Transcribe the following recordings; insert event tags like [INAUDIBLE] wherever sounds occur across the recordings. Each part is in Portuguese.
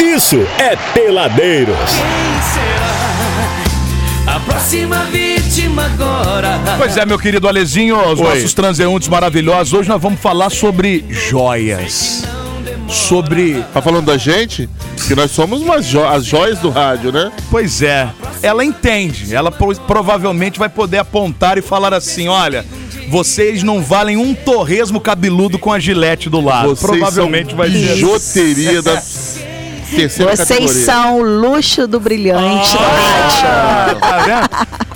isso é Peladeiros. será a próxima vítima agora? Pois é, meu querido Alezinho, os Oi. nossos transeuntes maravilhosos. Hoje nós vamos falar sobre joias. Sobre. Tá falando da gente? Que nós somos umas jo- as joias do rádio, né? Pois é, ela entende. Ela pro- provavelmente vai poder apontar e falar assim: olha. Vocês não valem um torresmo cabeludo com a gilete do lado. Vocês Ah, Provavelmente são vai dizer. assim. bijuteria da terceira Vocês categoria. são o luxo do brilhante. Ah, Tá vendo?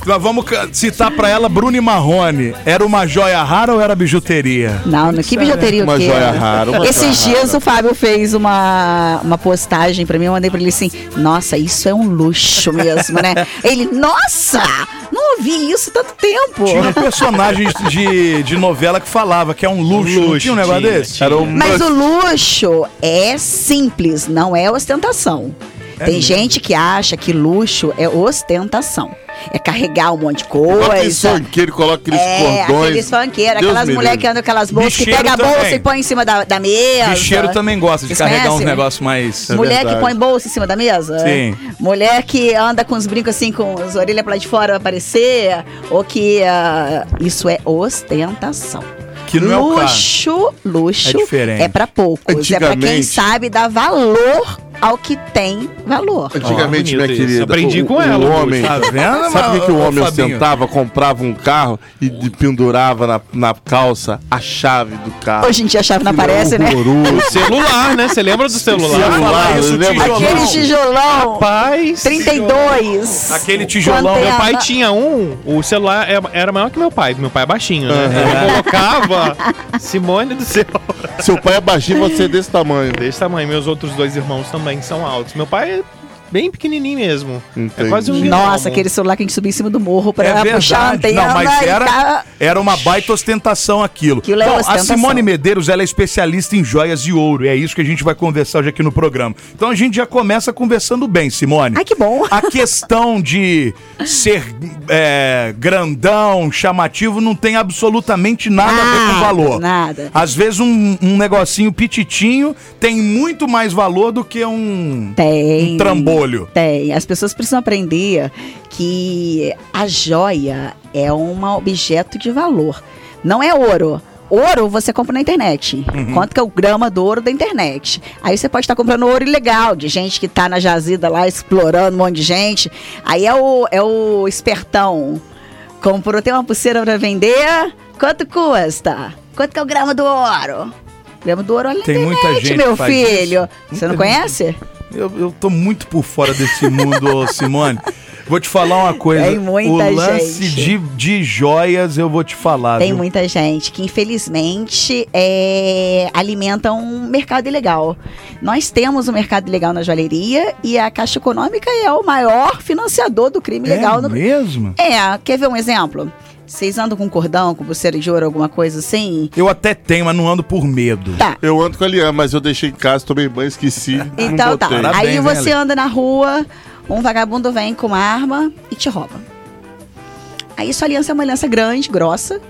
Nós vamos ca- citar pra ela Bruni Marrone. Era uma joia rara ou era bijuteria? Não, no que bijuteria o Uma quê? joia rara, é uma Esses joia dias rara. o Fábio fez uma, uma postagem pra mim, eu mandei pra ele assim, nossa, isso é um luxo mesmo, [LAUGHS] né? Ele, nossa, não ouvi isso há tanto tempo. Tinha um personagem de, de novela que falava que é um luxo. não tinha um negócio tinha, desse? tinha. Era um... Mas o luxo é simples, não é ostentação. É Tem gente que acha que luxo é ostentação. É carregar um monte de Aquele coisa. sonqueiro, coloca aqueles É, cordões. aqueles funkeiros, Deus aquelas me mulheres livre. que andam com aquelas bolsas, que Bicheiro pega a bolsa também. e põe em cima da, da mesa. Bicheiro também gosta de Isso um carregar uns conhece? negócios mais. É né? Mulher que verdade. põe bolsa em cima da mesa? É. Sim. Mulher que anda com os brincos assim, com as orelhas pra lá de fora pra aparecer. Ou que. ah, isso é ostentação. Que não é o caso. luxo, luxo. É diferente. É pra poucos. É pra quem Antigamente- sabe dar valor ao que tem valor. Antigamente, minha Ó, bonito isso. querida. Aprendi o- com o ela, Homem, Tá vendo, Sabe o que, que o ô, homem Fabinho? ostentava? Comprava um carro e de- pendurava na, na calça a chave do carro. Hoje em dia a chave não é Aquilo era aparece, né? horroroso. [LAUGHS] Celular, né? Você lembra do celular? falar isso, lembra? tijolão. Aquele tijolão. Rapaz. 32. Aquele tijolão, né? Quanto é Meu a- pai tinha um, o celular é- era maior que meu pai, meu pai é baixinho, né? Ele [LAUGHS] colocava Simone do céu. Seu pai é baixinho, você é desse tamanho. Desse tamanho, meus outros dois irmãos também são altos. Meu pai é bem pequenininho mesmo. É Entendi. quase um Nossa, gnomo. aquele celular que a gente subia em cima do morro pra É puxar a verdade. antena. Não, mas e era, tá- era uma baita ostentação aquilo. Aquilo é Bom, a ostentação. Simone Medeiros ela é especialista em joias de ouro. E é isso que a gente vai conversar hoje aqui no programa. Então a gente já começa conversando bem, Simone. Ai, que bom. A questão de ser é, grandão, chamativo, não tem absolutamente nada a ver com Nada, valor. nada. Às vezes um, um negocinho pititinho tem muito mais valor do que um, Tem. um trambolho. Tem. As pessoas precisam aprender que a joia é um objeto de valor. Não é ouro. Ouro você compra na internet. Uhum. Quanto que é o grama do ouro da internet? Aí você pode estar comprando ouro ilegal, de gente que tá na jazida lá explorando um monte de gente. Aí é o, é o espertão. Comprou, tem uma pulseira pra vender. Quanto custa? Quanto que é o grama do ouro? Grama do ouro olha na Tem muita internet, gente que meu faz filho. isso. Você não Muita gente. conhece? Eu, eu tô muito por fora desse mundo, ô, Simone. Vou te falar uma coisa. Tem muita o lance gente. De, de joias eu vou te falar. Tem viu? muita gente que, infelizmente, é, alimenta um mercado ilegal. Nós temos um mercado ilegal na joalheria e a Caixa Econômica é o maior financiador do crime ilegal é no mesmo? É, quer ver um exemplo? Vocês andam com cordão, com pulseira de ouro, alguma coisa assim? Eu até tenho, mas não ando por medo. Tá. Eu ando com a Lian, mas eu deixei em casa, tomei banho, esqueci. Então não tá. botei. Parabéns, Aí hein, você Ale? anda na rua, um vagabundo vem com uma arma e te rouba. Aí sua aliança é uma aliança grande, grossa.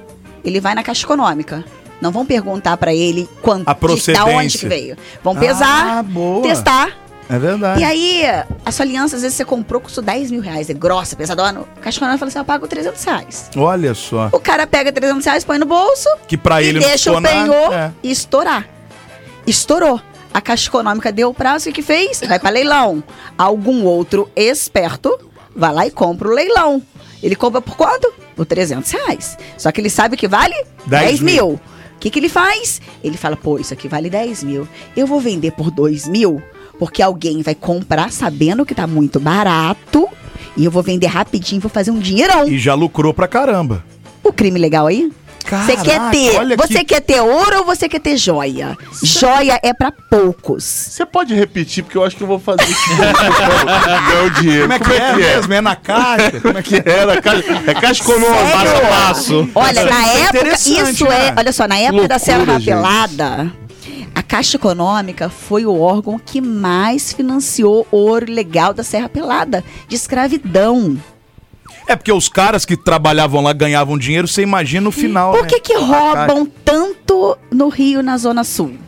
Ele vai na caixa econômica. Não vão perguntar pra ele quanto, A de- da onde procedência. que veio. Vão pesar, Ah, boa. testar. É verdade. E aí, a sua aliança, às vezes, você comprou, custou 10 mil reais. É grossa, pesadona. O caixa econômica fala assim, eu pago 300 reais. Olha só. O cara pega 300 reais, põe no bolso, Que pra e ele deixa não o ficou nada. penhor É. e estourar. Estourou. A Caixa Econômica deu o prazo e o que fez? Vai para leilão. Algum outro esperto vai lá e compra o leilão. Ele compra por quanto? Por 300 reais. Só que ele sabe que vale 10, 10 mil. O que, que ele faz? Ele fala, pô, isso aqui vale 10 mil. Eu vou vender por 2 mil, porque alguém vai comprar sabendo que tá muito barato. E eu vou vender rapidinho, vou fazer um dinheirão. E já lucrou pra caramba. O crime legal aí? Você quer Caraca, ter, olha você que- quer ter ouro ou você quer ter joia? Joia é pra poucos. Você pode repetir, porque eu acho que eu vou fazer isso. [LAUGHS] Não, dinheiro. Como é que é mesmo? É na caixa? Como é que é? Era caixa, é caixa econômica. Sério? passo. Olha, na Isso é época, interessante, isso é, né? olha só, na época da Loucura, Serra gente. Pelada, a Caixa Econômica foi o órgão que mais financiou o ouro legal da Serra Pelada, de escravidão. É porque os caras que trabalhavam lá ganhavam dinheiro, você imagina o final. Por né? que, que roubam tanto no Rio, na Zona Sul?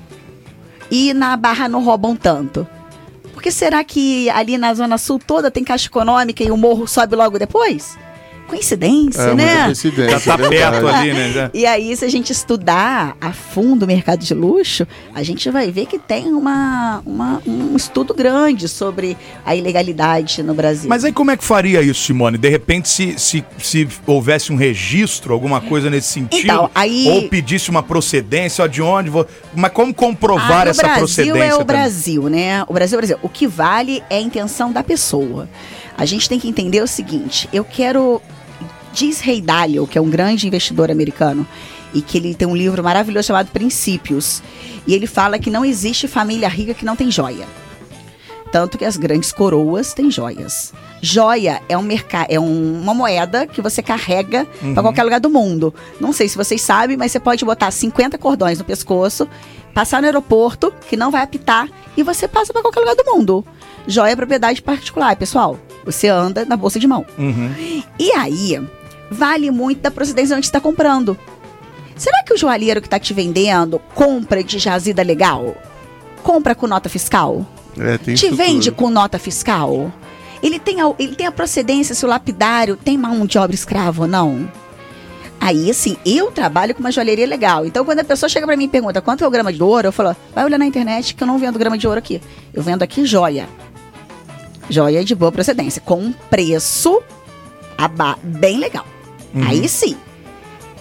E na Barra não roubam tanto? Porque que será que ali na Zona Sul toda tem caixa econômica e o morro sobe logo depois? Coincidência, É, muita né? coincidência, Já tá é verdade. perto ali, né? Já. E aí, se a gente estudar a fundo o mercado de luxo, a gente vai ver que tem uma, uma- um estudo grande sobre a ilegalidade no Brasil. Mas aí como é que faria isso, Simone? De repente, se, se, se houvesse um registro, alguma coisa nesse sentido, Então, aí- ou pedisse uma procedência, ó, de onde vou... Mas como Ah, comprovar e essa o Brasil procedência? é o também? Brasil, né? O Brasil é o Brasil. O que vale é a intenção da pessoa. A gente tem que entender o seguinte: eu quero. Diz Ray Dalio, que é um grande investidor americano, e que ele tem um livro maravilhoso chamado Princípios. E ele fala que não existe família rica que não tem joia. Tanto que as grandes coroas têm joias. Joia é, um merca é um- uma moeda que você carrega pra qualquer lugar do mundo. Não sei se vocês sabem, mas você pode botar 50 cordões no pescoço, passar no aeroporto, que não vai apitar, e você passa pra qualquer lugar do mundo. Joia é propriedade particular, pessoal. Você anda na bolsa de mão. Uhum. E aí, vale muito da procedência onde está comprando. Será que o joalheiro que está te vendendo compra de jazida legal? Compra com nota fiscal? É, tem te isso vende tudo. com nota fiscal? Ele tem, a, ele tem a procedência, se o lapidário tem mão de obra escrava ou não? Aí, assim, eu trabalho com uma joalheria legal. Então, quando a pessoa chega pra mim e pergunta quanto é o grama de ouro, eu falo, vai olhar na internet que eu não vendo grama de ouro aqui. Eu vendo aqui joia. Joia de boa procedência, com um preço aba- bem legal. Uhum. Aí sim,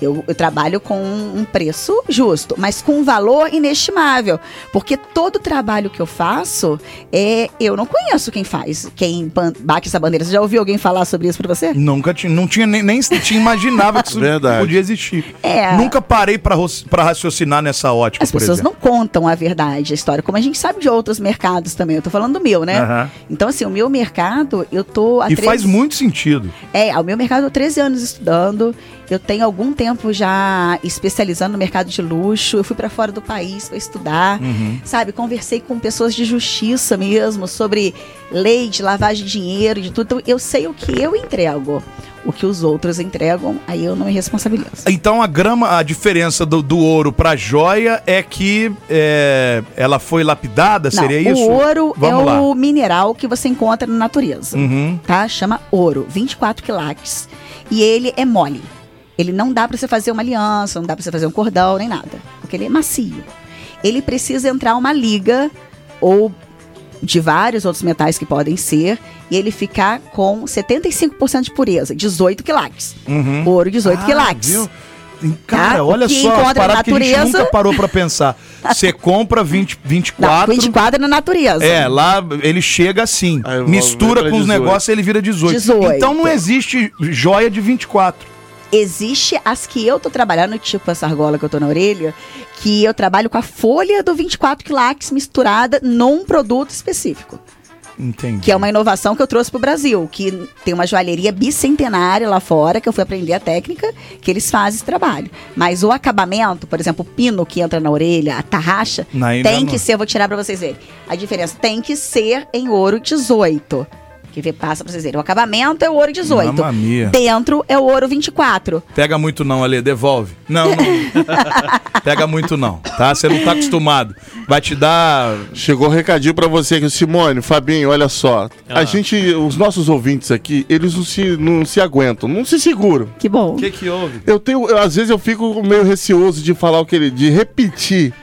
eu, eu trabalho com um preço justo, mas com um valor inestimável. Porque todo trabalho que eu faço, é, eu não conheço quem faz, quem ban- bate essa bandeira. Você já ouviu alguém falar sobre isso pra você? Nunca tinha, não tinha nem, nem tinha imaginava que isso Verdade. podia existir. É. Nunca parei pra ros- pra raciocinar nessa ótica, As por pessoas exemplo. não contam a verdade, a história, como a gente sabe de outros mercados também. Eu tô falando do meu, né? Aham. Então, assim, o meu mercado, eu tô há E três- faz muito sentido. É, o meu mercado, eu 13 anos estudando. Eu tenho algum tempo já especializando no mercado de luxo. Eu fui para fora do país para estudar, sabe? Conversei com pessoas de justiça mesmo sobre lei de lavagem de dinheiro, de tudo. Então, eu sei o que eu entrego. O que os outros entregam, aí eu não me responsabilizo. Então a grama, a diferença do, do ouro pra joia é que é, ela foi lapidada, seria não, isso? O ouro Vamos é lá. o mineral que você encontra na natureza. Uhum. tá? Chama ouro, 24 quilates. E ele é mole. Ele não dá pra você fazer uma aliança, não dá pra você fazer um cordão, nem nada. Porque ele é macio. Ele precisa entrar uma liga ou de vários outros metais que podem ser e ele ficar com 75% de pureza, 18 quilates. Ouro 18 Ah, quilates. viu? Cara, Tá? O olha que só, as encontra na paradas que a gente natureza- nunca parou pra [LAUGHS] pensar. Você compra 20, Não, 24, 24 é na natureza. É, lá ele chega assim, Aí eu mistura vou com os pra 18. negócios ele vira 18. 18. Então não existe joia de 24. Existe as que eu tô trabalhando, tipo essa argola que eu tô na orelha, que eu trabalho com a folha do 24 quilates misturada num produto específico. Entendi. Que é uma inovação que eu trouxe pro Brasil, que tem uma joalheria bicentenária lá fora, que eu fui aprender a técnica, que eles fazem esse trabalho. Mas o acabamento, por exemplo, o pino que entra na orelha, a tarraxa, Não, ainda tem não. que ser, eu vou tirar pra vocês verem. A diferença tem que ser em ouro 18. Que vê, passa pra vocês verem. O acabamento é o ouro 18. Mamma mia. Dentro é o ouro 24. Pega muito não, Ale, devolve. Não, não. [LAUGHS] Pega muito não, tá? Você não tá acostumado. Vai te dar... Chegou um recadinho pra você aqui, Simone, Fabinho, olha só. A Ah. gente, os nossos ouvintes aqui, eles não se, não se aguentam, não se seguram. Que bom. que houve? Eu tenho, eu- às vezes eu fico meio receoso de falar o que ele, de repetir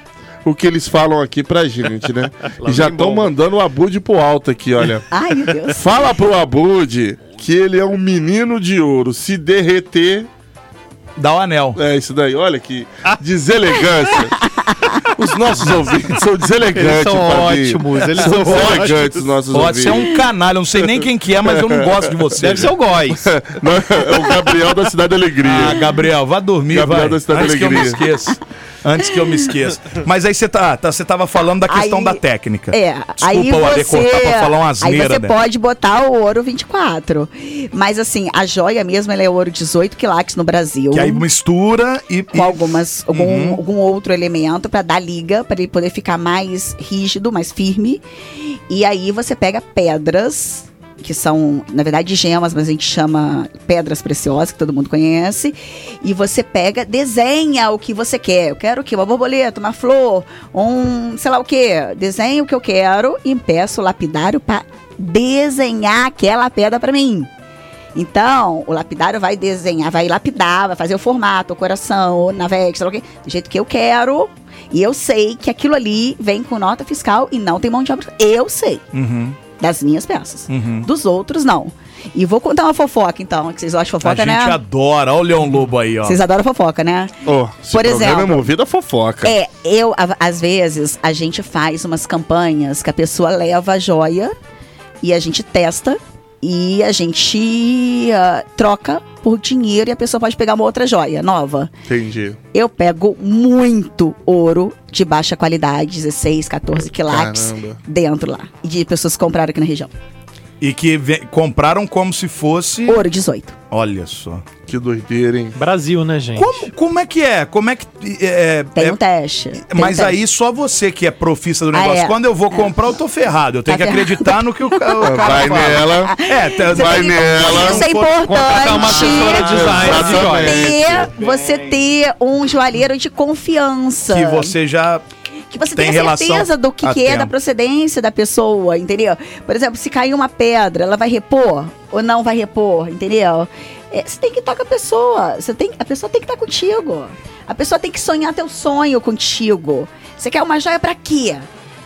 o que eles falam aqui pra gente, [LAUGHS] né? e já vem estão bomba. mandando o Abude pro alto aqui, olha. Ai, meu Deus. [LAUGHS] Fala pro Abude que ele é um menino de ouro. Se derreter, Dá o anel. é isso daí. Olha que Ah. [LAUGHS] deselegância. Os nossos ouvintes são deselegantes, Eles são Fabinho. ótimos, eles são é tipo são deselegantes os nossos Ó, ouvintes. você é um canalha, eu não sei nem quem que é, mas eu não gosto de você. Deve ser o Góis. Não, é o Gabriel da Cidade da Ah, Alegria. Gabriel, vá dormir, Gabriel vai. da Antes Cidade da que eu me Alegria. esqueça. Antes que eu me esqueça. Mas aí você tá, tá- você tava falando da questão Aí- da técnica. É, Desculpa aí o Ale você, cortar pra falar uma asneira né? Aí você dela. pode botar o ouro 24. Mas assim, a joia mesmo, ela é ouro 18 quilates no Brasil. Que aí Uhum. mistura e... com algumas, algum, algum outro elemento pra dar liga, pra ele poder ficar mais rígido, mais firme. E aí você pega pedras que são, na verdade, gemas, mas a gente chama pedras preciosas, que todo mundo conhece. E você pega, desenha o que você quer. Eu quero o quê? Uma borboleta, uma flor, um sei lá o quê. Desenho o que eu quero e peço o lapidário para desenhar aquela pedra para mim. Então, o lapidário vai desenhar, vai lapidar, vai fazer o formato, o coração, o navete, sei lá o quê, do jeito que eu quero. E eu sei que aquilo ali vem com nota fiscal e não tem mão de obra. Eu sei. Uhum. Das minhas peças. Dos outros, não. E vou contar uma fofoca, então, que vocês gostam de A fofoca, gente né? adora. Olha o Leão Lobo aí, ó. Vocês adoram fofoca, né? Ó, esse Por programa exemplo- é movido a fofoca. É, eu, a- às vezes, a gente faz umas campanhas que a pessoa leva a joia e a gente testa e a gente ah, troca por dinheiro e a pessoa pode pegar uma outra joia nova. Entendi. Eu pego muito ouro de baixa qualidade, 16, 14 quilates, Caramba. dentro lá. E de pessoas que compraram aqui na região. E que ve- compraram como se fosse. Ouro 18. Olha só. Que doideira, hein? [LAUGHS] Brasil, né, gente? Como, como é que é? Como é que. É, Tem é- um teste. tem um mas teste. aí só você que é profissa do Ah, negócio. é. Quando eu vou comprar, eu tô ferrado. Eu tenho Tá que ferrado. acreditar no que o, ca- o cara Vai fala. nela. É, tá- Você vai tem- nela. Isso é Contratar uma assessora de importante. design. Exatamente. de joias. ter, você ter um joalheiro de confiança. que você já. que você tem tenha relação certeza do que, a que é, da tempo. procedência da pessoa, entendeu? Por exemplo, se cair uma pedra, ela vai repor ou não vai repor, entendeu? É, você tem que estar com a pessoa. Você tem, a pessoa tem que estar contigo. A pessoa tem que sonhar teu sonho contigo. Você quer uma joia pra quê?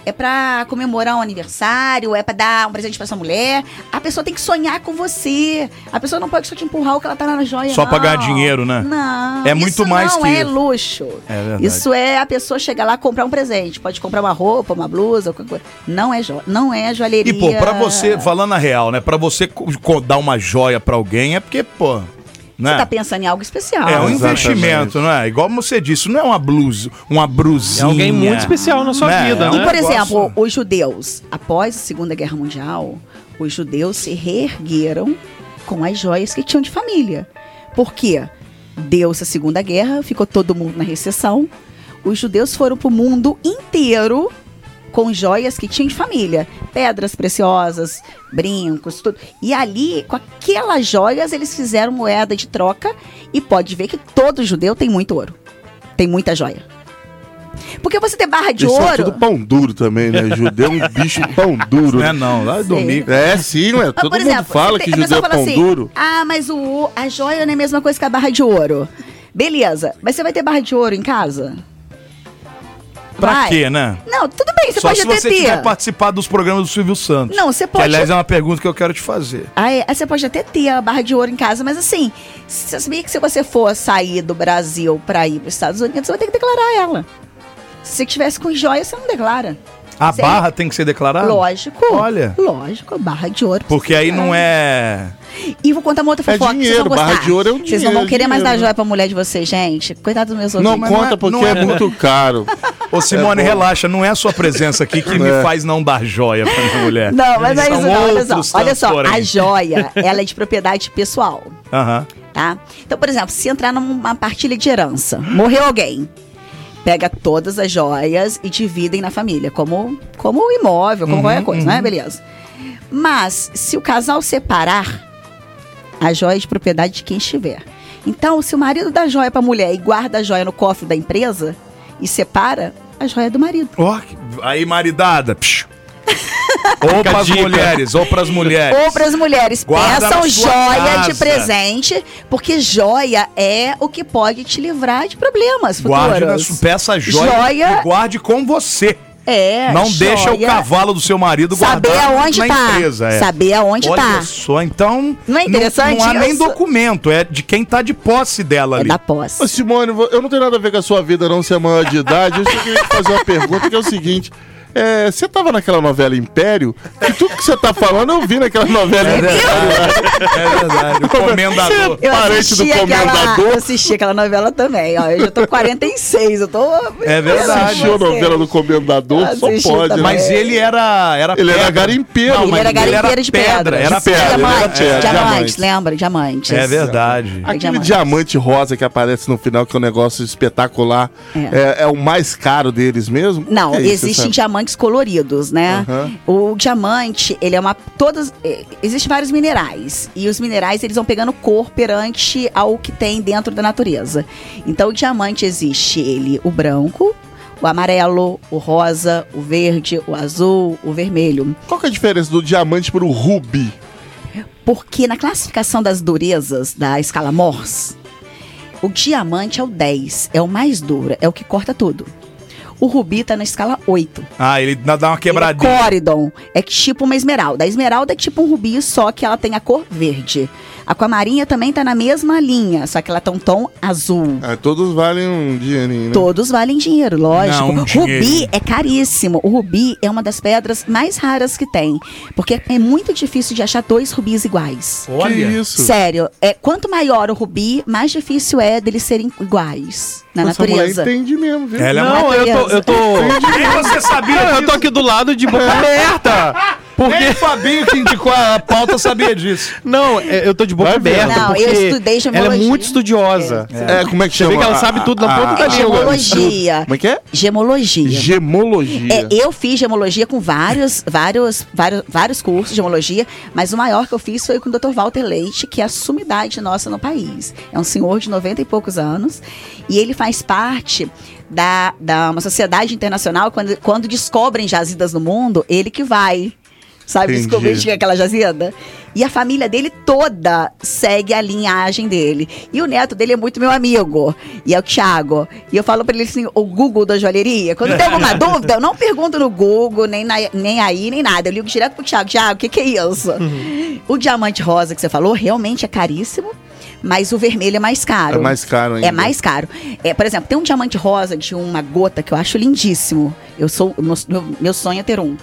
É pra comemorar um aniversário? É pra dar um presente pra sua mulher? A pessoa tem que sonhar com você. A pessoa não pode só te empurrar o que ela tá na joia, Só pra ganhar não. dinheiro, né? Não. É muito mais não que é isso. luxo. É verdade. Isso é a pessoa chegar lá comprar um presente. Pode comprar uma roupa, uma blusa, qualquer coisa. Não é, jo não é joalheria. E, pô, pra você, falando a real, né? Pra você co- co- dar uma joia pra alguém é porque, pô. Você Né? tá pensando em algo especial. é um Exatamente. investimento, não é? Igual você disse, não é uma blusa, uma É brusinha. alguém muito especial na sua Né? vida, É um E, né? por negócio- exemplo, os judeus, após a Segunda Guerra Mundial, os judeus se reergueram com as joias que tinham de família. Por quê? Deu-se a Segunda Guerra, ficou todo mundo na recessão. Os judeus foram pro mundo inteiro com joias que tinham de família. Pedras preciosas, brincos, tudo. E ali, com aquelas joias, eles fizeram moeda de troca. E pode ver que todo judeu tem muito ouro. Tem muita joia. Porque você ter barra de Eles são ouro. tudo pão duro também, né? Judeu é um bicho pão duro. Não é né? não, lá domingo. É, sim, ué. Mas, Todo mundo fala Ah, você que tem- judeu a pessoa é fala pão assim, duro. Ah, mas o, a joia não é a mesma coisa que a barra de ouro. Beleza, mas você vai ter barra de ouro em casa? Pra Vai. quê, né? Não, tudo bem, você Só pode se até você ter. tiver participado dos programas do Silvio Santos. Não, você Que, pode. aliás, é uma pergunta que eu quero te fazer. Ah, é, você pode até ter a barra de ouro em casa, mas assim, se sabia que se você for sair do Brasil pra ir pros Estados Unidos, você vai ter que declarar ela. Se você tivesse com joia, você não declara. A Sei. barra tem que ser declarada? Lógico. Ah, Olha. Lógico, a barra de ouro. Porque aí não é. E vou contar uma É outra fofoca que vocês dinheiro, vão gostar. barra de ouro é um Vocês não dinheiro, vão querer mais dar dinheiro. joia pra mulher de vocês, gente. Coitado dos meus Não ouvintes. mas não conta é- porque não é, é- [LAUGHS] muito caro. Ô, Simone, É bom. relaxa, não é a sua presença aqui [LAUGHS] que me É. faz não dar joia pra minha mulher. Não, mas não é São isso não. Olha só, outros olha só tantos, a porém. joia, ela é de propriedade pessoal, Aham. tá? Então, por exemplo, se entrar numa partilha de herança, morreu alguém, pega todas as joias e dividem na família, como, como um imóvel, como Uhum, qualquer coisa, né? Beleza. Mas, se o casal separar, a joia é de propriedade de quem estiver. Então, se o marido dá joia pra mulher e guarda a joia no cofre da empresa e separa, a joia é do marido. Ó, que- aí, maridada. [LAUGHS] psh. ou Fica a pras dica. mulheres, ou pras mulheres. Ou para as mulheres, É. Guarda na peçam sua joia casa. de presente, porque joia é o que pode te livrar de problemas Guarde na futuros. sua peça a joia, Joia- e guarde com você. É, não joia. deixa o cavalo do seu marido saber guardar aonde na tá. empresa. é. Saber aonde Olha tá. só, então. Não é interessante Não, há nem isso? documento, é de quem tá de posse dela É ali. da posse. Ô, Simone, vo- eu não tenho nada a ver com a sua vida, não, se é maior de idade. Eu só queria te fazer uma pergunta, que é o seguinte. é, você tava naquela novela Império? E tudo que você tá falando eu vi naquela novela Império. É verdade. [LAUGHS] O comendador. Eu parente assisti, do aquela, comendador. eu assisti aquela novela também, ó. Eu já tô 46, eu tô. É verdade. Assistiu a novela do Comendador? Eu Só assisti pode, também. né? Mas ele era. era Ele era garimpeiro. né? Não, Ele mas era garimpeiro de pedra. Era De pedra, pedra. ele era diamante, pedra, diamante. diamante, lembra? Diamante. É Uhum. verdade. Aquele diamante. diamante rosa que aparece no final, que é um negócio espetacular, é, É. é o mais caro deles mesmo? Não, Que é isso, existem sabe? diamantes diamantes coloridos, né? O diamante, ele é uma todas eh, existem vários minerais e os minerais eles vão pegando cor perante ao que tem dentro da natureza. Então o diamante existe ele o branco, o amarelo, o rosa, o verde, o azul, o vermelho. Qual que é a diferença do diamante pro rubi? Porque na classificação das durezas da escala Morse, o diamante é o 10, é o mais duro, é o que corta tudo. O rubi tá na escala 8. Ah, ele dá dá uma quebradinha. Ele é Coridon. É tipo uma esmeralda. A esmeralda é tipo um rubi, só que ela tem a cor verde. A aquamarinha também tá na mesma linha, só que ela tem um tom azul. Ah, todos valem um dinheirinho, né? Todos valem dinheiro, lógico. Não, um rubi dinheirinho. é caríssimo. O rubi é uma das pedras mais raras que tem. Porque é muito difícil de achar dois rubis iguais. Que isso? Sério, é, quanto maior o rubi, mais difícil é deles serem iguais na Essa mulher é natureza. entende mesmo, viu? Ela é uma... Não, eu tô. Eu tô, Nem você sabia [LAUGHS] Não, eu tô aqui do lado de [LAUGHS] boca aberta. Porque o Fabinho que indicou a pauta sabia disso. Não, é, eu tô de boca Vai ver. aberta. Não, porque eu estudei Ela é gemologia. muito estudiosa. É, como é que Você chama? vê que ela A- sabe tudo na a- ponta da a- língua. É Gemologia. Como é que é? Gemologia. Gemologia. É, eu fiz gemologia com vários, vários, vários, vários cursos de gemologia, mas o maior que eu fiz foi com o Dr. Walter Leite, que é a sumidade nossa no país. É um senhor de 90 e poucos anos e ele faz parte da, da uma sociedade internacional quando, quando descobrem jazidas no mundo, ele que vai. Sabe, Entendi. descobrir que é aquela jazida? E a família dele toda segue a linhagem dele. E o neto dele é muito meu amigo. E é o Thiago. E eu falo pra ele assim, o Google da joalheria. Quando tem [LAUGHS] alguma dúvida, eu não pergunto no Google, nem, na- nem aí, nem nada. Eu ligo direto pro Thiago. Thiago, o que, que é isso? Uhum. o diamante rosa que você falou realmente é caríssimo. Mas o vermelho é mais caro. É mais caro ainda. É mais caro. É, por exemplo, tem um diamante rosa de uma gota que eu acho lindíssimo. Eu sou meu, meu- meu sonho é ter um.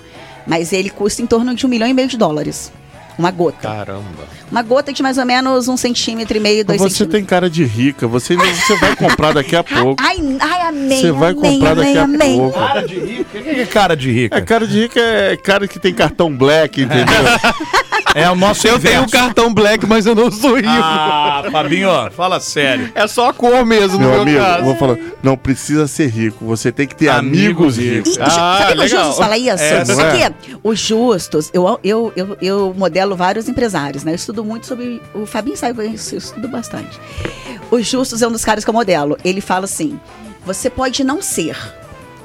Mas ele custa em torno de um milhão e meio de dólares. Uma gota. É. Tá. Caramba. Uma gota de mais ou menos um centímetro e meio, dois Você centímetros. tem cara de rica, você, você vai comprar daqui a pouco. Ai, ai, amém. Você vai amém, comprar amém, daqui a amém. pouco. Cara de rico? O que é cara de rico? É, cara de rica é cara que tem cartão black, entendeu? É o nosso Eu tenho um cartão black, mas eu não sou rico. Ah, Fabinho, ó, fala sério. É só a cor mesmo, no Meu meu amigo, eu caso. vou falar, não precisa ser rico, você tem que ter Amigos amigos ricos. ricos. E, Ah, sabe que o legal. Justus fala isso? É, não é? Porque os Justos, eu, eu, eu, eu modelo vários empresários, né? Eu estudo muito sobre. O Fabinho sabe com isso, eu estudo bastante. O Justus é um dos caras que eu modelo. Ele fala assim: você pode não ser,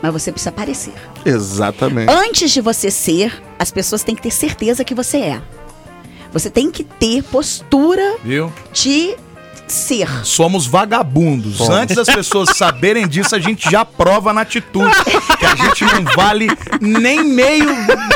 mas você precisa parecer. Exatamente. Antes de você ser, as pessoas têm que ter certeza que você é. Você tem que ter postura Viu? de ser. Somos vagabundos. Antes das pessoas saberem disso, a gente já prova na atitude. Que a gente não vale nem meio,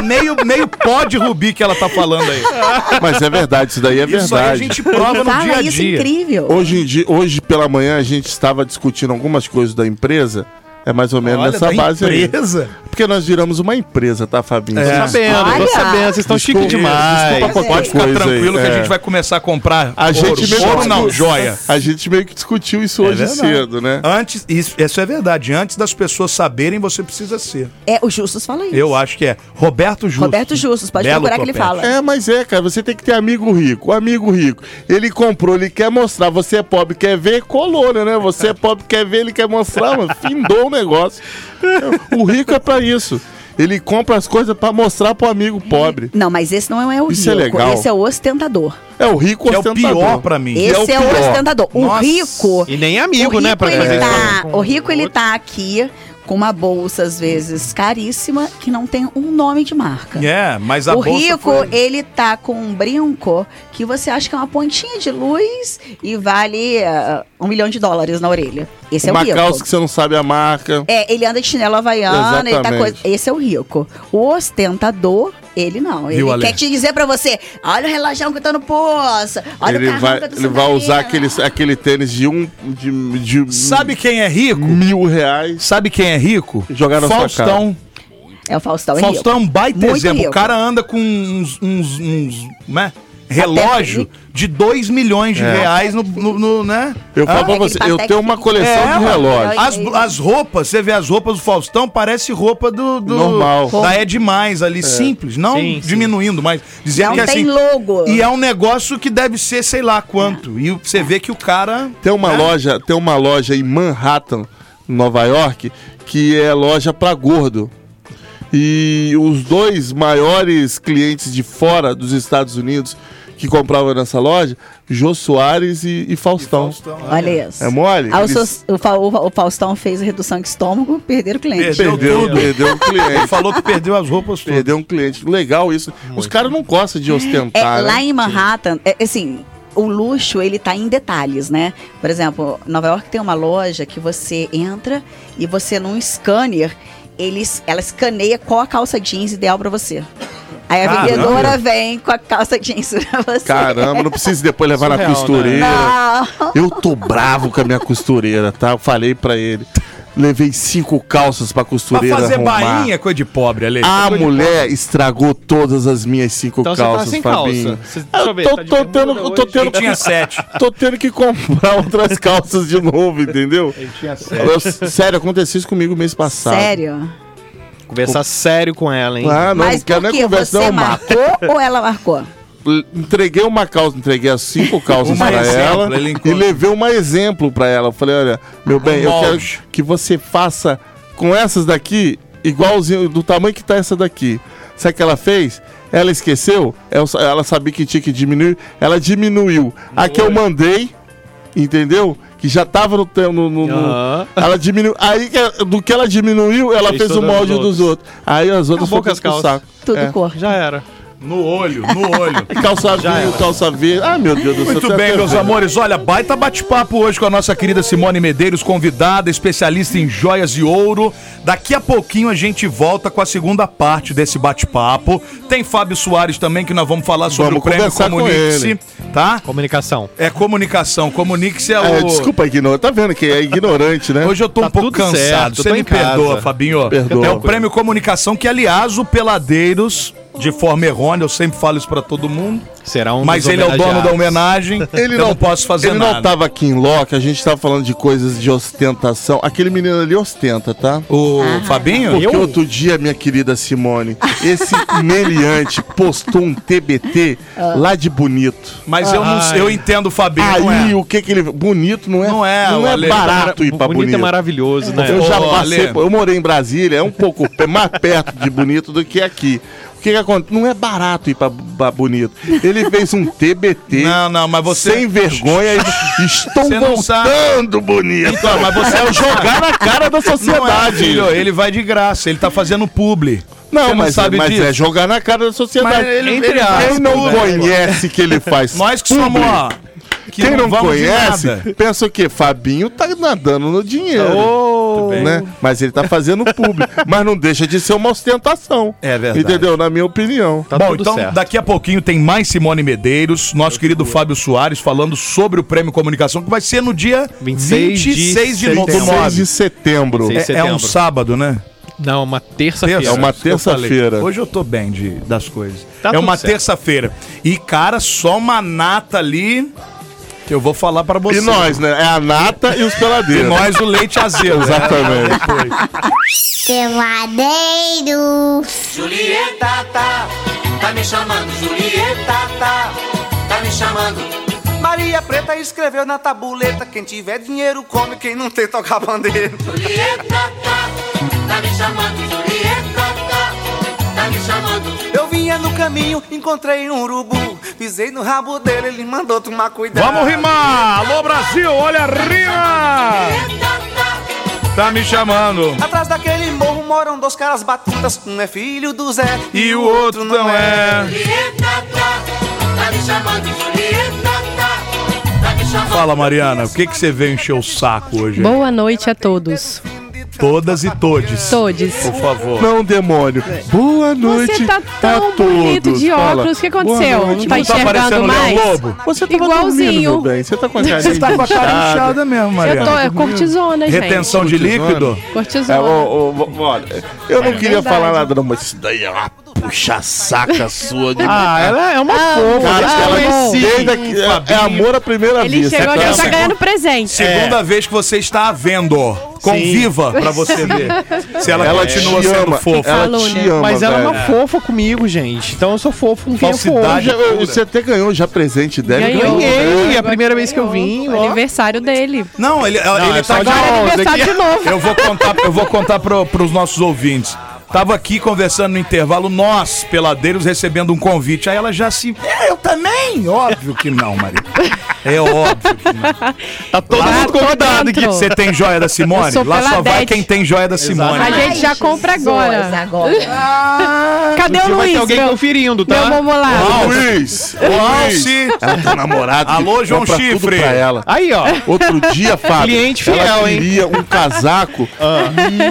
meio, meio pó de rubi que ela tá falando aí. [LAUGHS] Mas é verdade, isso daí é Isso aí a verdade. gente prova no fala dia a isso dia. incrível. Hoje em dia, hoje pela manhã a gente estava discutindo algumas coisas da empresa, é mais ou menos Olha, nessa da base aí. empresa. Porque nós viramos uma empresa, tá, Fabinho? Tô Vocês- sabendo, tô Olha. sabendo. Vocês estão então chique Desculpa, demais. desculpa Pode qualquer Pode ficar coisa aí, tranquilo que a é. gente vai começar a comprar A gente ouro. mesmo- Ouro não, joia. A gente meio que discutiu isso hoje verdade. cedo, né? Antes, isso, isso é verdade. Antes das pessoas saberem, você precisa ser. É, o Justus fala isso. Eu acho que é. Roberto Justo. Roberto Justus, pode Belo procurar que ele topete. fala. É, mas é, cara, você tem que ter amigo rico. O amigo rico, ele comprou, ele quer mostrar. Você é pobre, quer ver, colou, né? né? Você é pobre, quer ver, ele quer mostrar, mano. Findou o negócio. O rico é pra isso. Ele compra as coisas pra mostrar pro amigo pobre. Não, mas esse não é o Isso é rico. legal. Esse é o ostentador. É o rico Que é o ostentador. pior pra mim. E é o Esse é o, pior. ostentador. O Nossa. rico. E nem o amigo, rico, né? Pra fazer ele isso tá, com- o rico, ele tá aqui com uma bolsa, às vezes, caríssima, que não tem um nome de marca. É, mas a o bolsa rico, foi- ele tá com um brinco que você acha que é uma pontinha de luz e vale ah, um milhão de dólares na orelha. Esse é o Uma rico. calça que você não sabe a marca. É, ele anda de chinelo havaiana, ele tá Exatamente. coisa. Esse é o rico. O ostentador, ele não. Ele Viu, Ale? quer te dizer pra você: olha o relógio que tá no poço, É, olha o ele carrão vai, que eu tô ele vai sentadinha." usar aquele, aquele tênis de um. de, de Sabe quem é rico? mil reais. Sabe quem é rico? Jogar na sua Faustão. É o Faustão, é Faustão é um baita Muito exemplo. rico. O cara anda com uns, uns, uns, né? relógio de 2 milhões de reais no, no- no, né? Eu falo Ah, pra aquele você, eu Patek tenho uma que- coleção É, de ué. relógios. As, as roupas, você vê as roupas do Faustão, parece roupa do. do Normal. Da É Demais ali, simples. Não Sim, sim. diminuindo, mas dizendo Não que É um tem assim. logo. E é um negócio que deve ser, sei lá quanto. E você vê um que o cara. Tem uma loja, tem uma loja em Manhattan, Nova York, que é loja pra gordo. E os dois maiores clientes de fora dos Estados Unidos que compravam nessa loja, Jô Soares e, e Faustão. Olha isso. É mole? Ah, o, Eles- Sos- o, Fa- o Faustão fez redução de estômago, perderam o cliente. Perdeu Perdeu, tudo. perdeu um Ele cliente. falou que perdeu as roupas todas. Perdeu um cliente. Legal isso. Os caras não gostam de É, ostentar. né? lá em Manhattan, é, assim, o luxo, ele tá em detalhes, né? Por exemplo, Nova York tem uma loja que você entra e você, num scanner, eles, ela escaneia qual a calça jeans ideal pra você. Aí a Caramba. vendedora vem com a calça jeans [LAUGHS] pra você. Caramba, não precisa depois levar na Surreal, né? costureira. Não. Eu tô bravo com a minha costureira, tá? Eu falei pra ele. Levei cinco calças pra Pra Ah. costureira fazer arrumar. bainha é coisa de pobre, Ale. A mulher estragou todas as minhas cinco Então você tá calças, sem Fabinho. calça. Você- deixa eu Eu ver, tô, tá de tô tendo, bermuda eu tô hoje? tendo, tinha sete. tô tendo que comprar outras calças de novo, entendeu? É Eu- sério, aconteceu isso comigo mês passado. Sério? Conversar sério com ela, hein? Ah, não, Mas não quero por nem quê? conversa, Você é não, mato. marcou ou ela marcou? Entreguei uma calça, entreguei as [LAUGHS] cinco calças Uma pra exemplo, ela ele e encontra. levei uma exemplo pra ela. Eu falei, olha, Um meu bem, eu quero molde. que você faça com essas daqui, igualzinho, do tamanho que tá essa daqui. Sabe o que ela fez? Ela esqueceu, ela sa- ela sabia que tinha que diminuir, ela diminuiu. A que eu mandei, entendeu? Que já tava no... te- no- no- no- Aham. Ela diminuiu. Aí, que- do que ela diminuiu, ela Fez fez o todas as molde dos outros. Aí as outras Acabou foram com as pro calças. saco. Tudo É. cor. Já era. No olho, no olho. Calça vinho, calça verde. Ah, meu Deus do céu. Muito tá bem, até meus verde. amores. Olha, baita bate-papo hoje com a nossa querida Simone Medeiros, convidada, especialista em joias e ouro. Daqui a pouquinho a gente volta com a segunda parte desse bate-papo. Tem Fábio Soares também, que nós vamos falar sobre Vamos o prêmio conversar com Comunique-se, ele. tá? Comunicação. É comunicação. Comunique-se é o. É, desculpa, ignorante. Tá vendo que é ignorante, né? Hoje eu tô Tá um pouco tudo cansado. certo, Você tô me em casa. perdoa, Fabinho. Perdoa. É o prêmio Comunicação que, aliás, o Peladeiros, de forma errônea, eu sempre falo isso pra todo mundo. Será um Mas dos ele é o dono da homenageados. homenagem. [LAUGHS] Ele eu não- não posso fazer Ele nada. não tá- tava aqui em Loki, a gente tava falando de coisas de ostentação. Aquele menino ali ostenta, tá? O Fabinho? Porque outro dia, minha querida Simone, [LAUGHS] esse meliante postou um TBT lá de bonito. Ah. Mas eu, não, Ai. eu entendo o Fabinho. não é. Aí o que que ele. Bonito não é. Não é, não Ale. é barato Mara- ir pra bonito, é bonito. maravilhoso, né? Eu já Ô, passei, Ale. por- eu morei em Brasília, é um pouco pe- mais perto de Bonito do que aqui. O que, que acontece? Não é barato ir pra, pra Bonito. Ele fez um TBT. Não, não, mas você- Sem vergonha, e estão Você não sabe. Então, voltando bonito. mas você é jogar na cara Não da é, sociedade. filho, Não, ele vai de graça, ele tá fazendo publi. Você mas, sabe mas disso. é jogar na cara da sociedade. Mas ele- Entre ele aspas, faz quem não público. conhece que ele faz Nós que somos, público, ó. que quem não, vamos de nada. conhece, pensa o quê? Fabinho tá nadando no dinheiro. né? Mas ele tá fazendo público. [LAUGHS] mas não deixa de ser uma ostentação. É verdade. Entendeu? Na minha opinião. Tá Bom, tudo então certo. daqui a pouquinho tem mais Simone Medeiros, nosso querido Fábio Soares, falando sobre o Prêmio Comunicação, que vai ser no dia 26 26, de de, no- do setembro. nove. 6 de setembro. Seis de É, é um setembro. sábado, né? Não, uma terça-feira. É uma isso que eu falei. terça-feira. Hoje eu tô bem de, das coisas. Tá é tudo uma certo. terça-feira. E, cara, só uma nata ali que eu vou falar pra você. E nós, né? É a nata e os E peladeiros. nós, o leite azedo. né? Exatamente. Peladeiros. Julieta tá, tá me chamando, Julieta tá, tá me chamando. Maria Preta escreveu na tabuleta: quem tiver dinheiro come, quem não tem toca a bandeira. Julieta tá, tá me chamando, Julieta tá, tá me chamando. Eu vinha no caminho, encontrei um urubu, pisei no rabo dele, ele mandou tomar cuidado. Vamos rimar! Alô, Brasil, olha a rima! Tá me chamando. Atrás daquele morro moram dois caras batutas, um é filho do Zé E o outro não é. Julieta tá, tá me chamando, Julieta tá, tá me chamando. Fala, Mariana, o que, que você veio encher o saco hoje? Boa noite a todos. Todas e todes. Todes. Por favor. Não, demônio. Boa noite. Você tá a tão todos. bonito de Fala. óculos. O que Boa aconteceu? noite. Não tá Não tá parecendo enxergando mais? Leão Lobo? Você tava dormindo, meu Igualzinho. bem. Você tá com a carinha com a cara inchada mesmo, Eu tô, é cortisona, gente. Retenção de líquido? É, Cortisona. ô, ô, vó- olha, eu É não queria verdade. falar nada, não, mas isso daí é uma puxa-saca sua de [LAUGHS] Ah, ela é uma fofa. Cara, Ah, ela mas sim, desde que- é, é amor à primeira Ele vista. chegou aqui, cara. já tá ganhando É. presente. Segunda vez que você está à vendo. Conviva [LAUGHS] pra você ver. Se ela, Ela continua te sendo ama, fofa. Ela Falou, te né? ama, Mas ela é uma velho. fofa comigo, gente. Então eu sou fofo, um vinho fofo. Falsidade. Já- eu- Você até ganhou já presente dela. Ganhou. Ganhei, é a Agora primeira vez que eu vim. ó. Aniversário dele. Não, ele, Não, ele é tá só de de Agora é Ó, aniversário daqui- de novo. Eu vou contar, eu vou contar pro, pros nossos ouvintes. Tava aqui conversando no intervalo, nós, peladeiros, recebendo um convite. Aí ela já se. "É, Eu também? Óbvio que não, Maria. É óbvio que não. Tá todo Lá mundo tô convidado dentro. aqui. Você tem joia da Simone? Eu sou Lá só vai peladete. quem tem joia da Simone. A gente já Ai, compra Jesus, agora. agora. [LAUGHS] Cadê o Você vai ter Luiz? alguém meu, conferindo, tá? meu momolado. Luiz! Ô, Luiz! Alce! Ela tem um namorado. que Alô, João compra tudo Chifre. pra ela. [LAUGHS] Aí, ó. Outro [LAUGHS] dia, Fábio. Cliente fiel, ela hein? Ah. queria um casaco,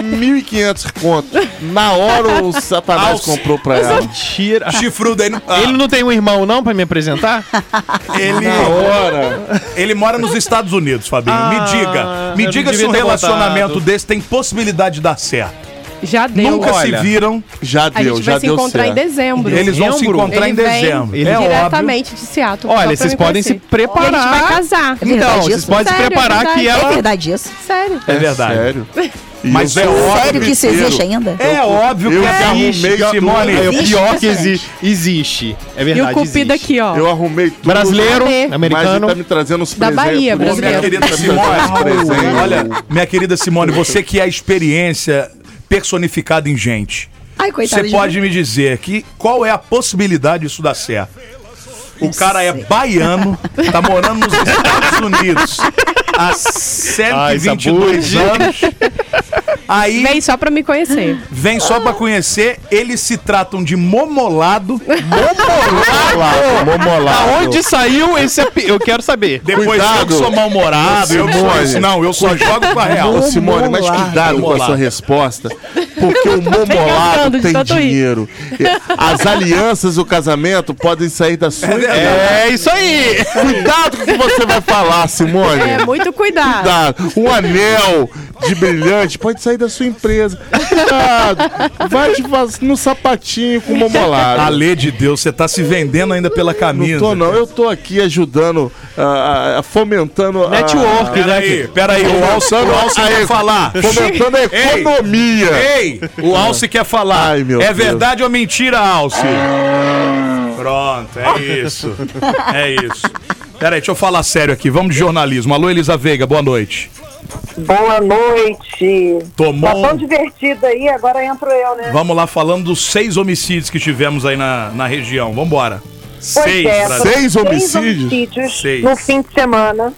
1.500 conto. Na hora o Satanás Alce. comprou pra ela. Mentira. Chifrudo aí no. Ah, Ele não tem um irmão, não, pra [LAUGHS] me apresentar? ele, Na hora. ele mora nos Estados Unidos, Fabinho. Ah, me diga. Me eu diga se devia um ter relacionamento botado. desse tem possibilidade de dar certo. Já deu. Nunca Então, Olha. se viram. Já A deu, gente já vai se deu encontrar em certo. dezembro. Eles vão se Dezembro? encontrar em Ele vem dezembro. Ele é óbvio. diretamente de Seattle. só pra Olha, vocês me podem se conhecer. preparar. E a gente vai casar. É verdade então, vocês isso? podem se Sério, preparar é que verdade. É ela. verdade isso? Sério. É verdade. Sério. E Mas eu é sou o Sério que isso inteiro. existe ainda? É óbvio eu que já é arrumei Ixi, tudo. Simone. É o Existe pior bastante. que existe. Existe. É E o verdade. Cupido existe. aqui, ó. Eu arrumei tudo. Mas Brasileiro, Mas ele tá americano. me trazendo uns Da presentes. Tá Bahia, Ô, brasileiro. Minha querida Simone, Simone, olha, minha querida Simone, você que é a experiência personificada em gente, Ai, coitado você pode me dizer que qual é a possibilidade disso dar certo? O cara é baiano, tá morando nos Estados Unidos há Ai, 122 anos. Aí Vem só pra me conhecer. Vem só pra conhecer, eles se tratam de momolado. Momolado! Momolado. Aonde saiu esse. api- Eu quero saber. Depois eu que Cuidado. sou mal-humorado, eu que sou Simone. isso. Não, eu só jogo com a real. Ô, Simone, mas Momolado. cuidado com a sua resposta, porque o encantando momolado de tem tanto rir. dinheiro. As alianças do casamento podem sair da sua. verdade. É isso aí. Cuidado com o que você vai falar, Simone. É, muito cuidado. Cuidado. Um anel de brilhante pode sair da sua empresa. Cuidado. Vai de vas- no sapatinho com o momolado. A lei de Deus, você tá se vendendo ainda pela camisa. Não tô, não. Eu tô aqui ajudando, ah, ah, fomentando. a- Network, né? Peraí, peraí, o Alce, o Alce quer falar. Fomentando a Ei. economia. Ei, o Alce quer falar. Ai, meu é Deus. Ah. verdade ou mentira, Alce? Pronto, é isso. É isso. Peraí, deixa eu falar sério aqui. Vamos de jornalismo. Alô, Elisa Veiga, boa noite. Boa noite. Tá Tomou. tão um- divertido aí, agora entro eu, né? Vamos lá, falando dos seis homicídios que tivemos aí na, na região. Vambora. Pois Seis, é, Brasil. foram Seis homicídios? homicídios Seis. no fim de semana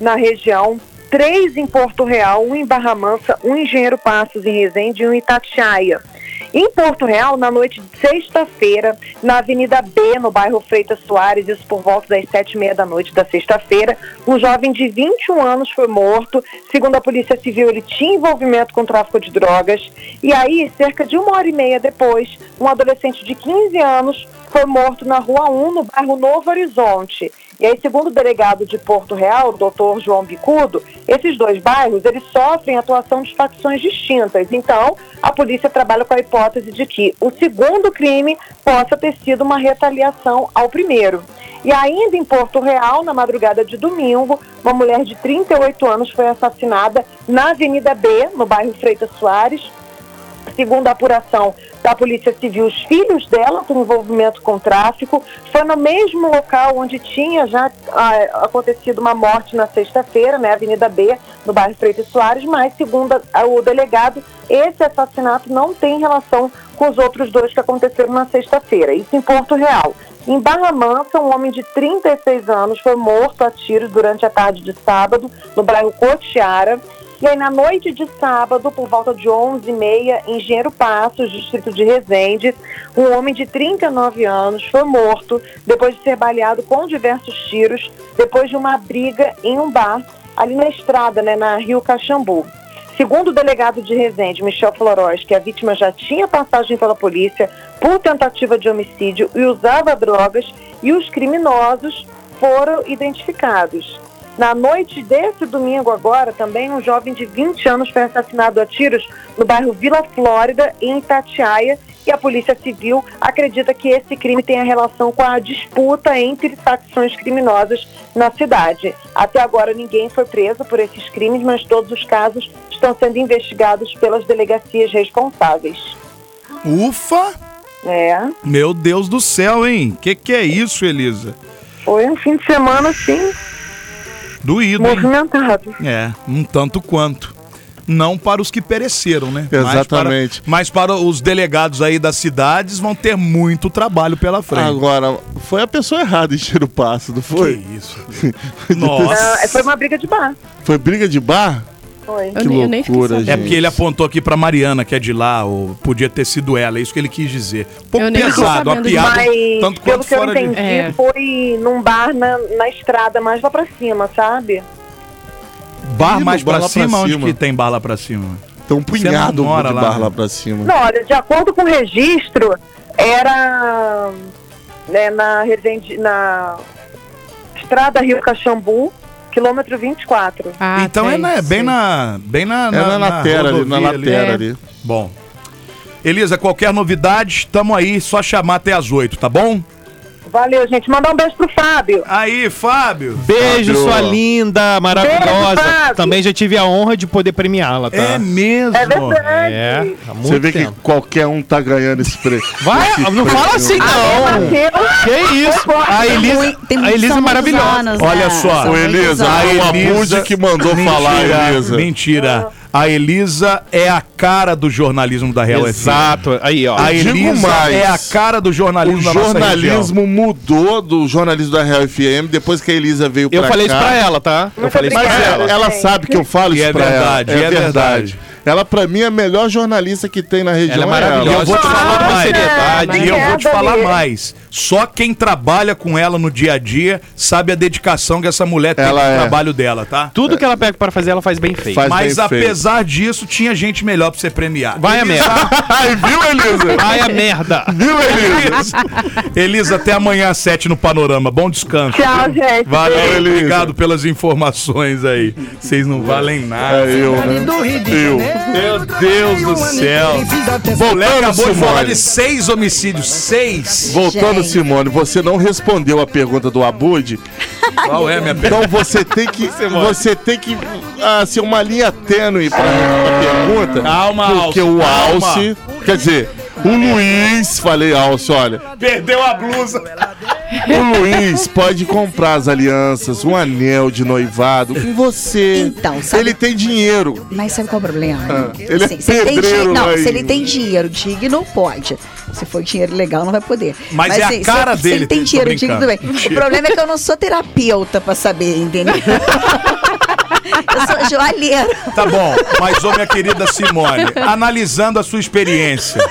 na região. Três em Porto Real, um em Barra Mansa, um em Engenheiro Passos, em Resende e um em Itatiaia. Em Porto Real, na noite de sexta-feira, na Avenida B, no bairro Freitas Soares, isso por volta das sete e meia da noite da sexta-feira, um jovem de 21 anos foi morto. Segundo a Polícia Civil, ele tinha envolvimento com tráfico de drogas. E aí, cerca de uma hora e meia depois, um adolescente de 15 anos foi morto na Rua 1, no bairro Novo Horizonte. E aí, segundo o delegado de Porto Real, doutor João Bicudo, esses dois bairros, eles sofrem atuação de facções distintas. Então, a polícia trabalha com a hipótese de que o segundo crime possa ter sido uma retaliação ao primeiro. E ainda em Porto Real, na madrugada de domingo, uma mulher de 38 anos foi assassinada na Avenida B, no bairro Freitas Soares, Segundo a apuração da Polícia Civil, os filhos dela com envolvimento com tráfico foi no mesmo local onde tinha já ah, acontecido uma morte na sexta-feira, na Avenida B, no bairro Freitas Soares, mas segundo a- o delegado, esse assassinato não tem relação com os outros dois que aconteceram na sexta-feira, isso em Porto Real. Em Barra Mansa, um homem de 36 anos foi morto a tiro durante a tarde de sábado, no bairro Cotiara. E aí, na noite de sábado, por volta de 11h30, em Engenheiro Passos, distrito de Resende, um homem de 39 anos foi morto depois de ser baleado com diversos tiros, depois de uma briga em um bar, ali na estrada, né, na Rio Caxambu. Segundo o delegado de Resende, Michel Floroz, que a vítima já tinha passagem pela polícia por tentativa de homicídio e usava drogas, e os criminosos foram identificados. Na noite desse domingo agora, também um jovem de 20 anos foi assassinado a tiros no bairro Vila Flórida, em Itatiaia, e a Polícia Civil acredita que esse crime tenha relação com a disputa entre facções criminosas na cidade. Até agora ninguém foi preso por esses crimes, mas todos os casos estão sendo investigados pelas delegacias responsáveis. Ufa! É, Meu Deus do céu, hein? Que que é isso, Elisa? foi um fim de semana, assim, Doído, hein? movimentado. É, um tanto quanto. não para os que pereceram, né? Exatamente. Mas para, mas para os delegados aí das cidades vão ter muito trabalho pela frente. Agora, foi a pessoa errada em encher o passo, não foi? isso. [LAUGHS] Ah, Nossa. foi uma briga de bar. Foi briga de bar? Foi. Eu, nem- eu nem fiquei loucura, sabendo. É porque ele apontou aqui pra Mariana, que é de lá, ou podia ter sido ela, é isso que ele quis dizer. Um pouco Eu nem tô pesado, a sabendo piada, Mas, tanto pelo quanto que eu fora de... entendi, É. foi num bar na, na estrada, mais lá pra cima, sabe? Bar Ih, mais no pra bar lá pra cima, onde cima. que tem bar lá pra cima? Tem um punhado de mora lá, bar né? lá pra cima. Não, olha, de acordo com o registro, era né, na, Resende- na Estrada Rio Caxambu, quilômetro 24. Ah, então é tem, né, bem sim. na... Bem na... É na, lateral ali, na rodovia lateral é. ali. Bom. Elisa, qualquer novidade, tamo aí, só chamar até as oito, tá bom? Valeu, gente. Mandar um beijo pro Fábio. Aí, Fábio. Fábio. Beijo, sua linda, maravilhosa. Beijo, Fábio. Também já tive a honra de poder premiá-la, tá? né? É mesmo. É verdade. É, há muito Você vê tempo. que qualquer um tá ganhando esse prêmio. Vai, Esse não prêmio. fala assim Ah, é, não. Mateus, Que isso? A Elisa, Tem a muitos- são Elisa é muitos maravilhosa. anos, Olha só, São Ô, muitos Elisa, é anos. a o Elisa- Abude que mandou falar, Elisa. Mentira. A Elisa é a cara do jornalismo da Real FM. Exato. Aí, ó. A Digo Elisa mais. é a cara do jornalismo O da nossa região. jornalismo mudou do jornalismo da Real FM depois que a Elisa veio eu pra falei cá. isso pra ela, tá? Eu Muito falei isso Mas pra obrigada. ela. ela, ela gente. sabe que eu falo E isso é pra verdade, ela. e é verdade. Ela, pra mim, é a melhor jornalista que tem na região. Ela é é maravilhosa. ela. Eu vou te falar Nossa, mais. seriedade. E eu vou te Obrigada, falar Elisa. mais. Só quem trabalha com ela no dia a dia sabe a dedicação que essa mulher tem Ela no é. trabalho dela, tá? Tudo que ela pega pra fazer, ela faz bem feito. Faz Mas bem feito. apesar disso, tinha gente melhor pra você premiar. Vai a merda. Ai, viu, Elisa? Vai a merda. Viu, Elisa? Elisa, Elisa, até amanhã às sete no Panorama. Bom descanso. Tchau, gente. Valeu, Valeu, Elisa. obrigado pelas informações aí. Vocês não valem nada. É eu, né? Eu. Meu Deus do céu. O moleque Voltando, acabou de falar Simone. de seis homicídios. Seis? Voltando, Gente. Simone, você não respondeu a pergunta do Abude. Qual é, minha pergunta? Então você tem que. você tem que. Ah, ser uma linha tênue pra, pra pergunta. Calma, Alce, Porque o calma. Alce. Quer dizer, o Luiz. Falei, Alce, olha. Perdeu a blusa. O Luiz pode comprar as alianças, um anel de noivado com você. Então, sabe- Ele tem dinheiro. Mas sabe qual é o problema? Ah, ele é se ele tem pedreiro dinheiro- Não, lá se em- ele tem dinheiro digno, pode. Se for dinheiro legal, não vai poder. Mas é a assim, se- cara se, dele, ele tem tô dinheiro digno, brincando. tudo bem. O problema é que eu não sou terapeuta pra saber, entendeu? [LAUGHS] eu sou joalheiro. Tá bom, mas ô minha querida Simone, analisando a sua experiência,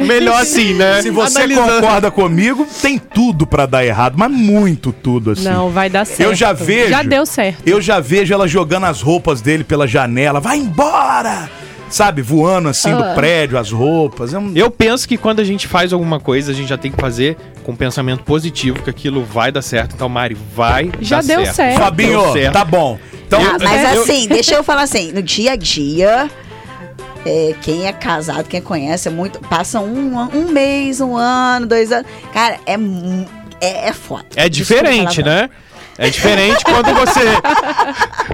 Melhor assim, né? se você concorda comigo, tem tudo pra dar errado, mas muito tudo assim. Não, vai dar certo. Eu já vejo. Já deu certo. Eu já vejo ela jogando as roupas dele pela janela. Vai embora! Sabe, voando assim do prédio, as roupas. É um- Eu penso que quando a gente faz alguma coisa, a gente já tem que fazer com pensamento positivo, que aquilo vai dar certo. Então, Mari, vai Já dar deu certo. Fabinho, Deu certo. tá bom. Então, Ah, mas eu- assim, deixa eu falar assim, no dia a dia, é, quem é casado, quem conhece, é muito. Passa um, an- um mês, um ano, dois anos. Cara, é, mu- é, é foda. Desculpa a É diferente, palavrão. né? É diferente quando você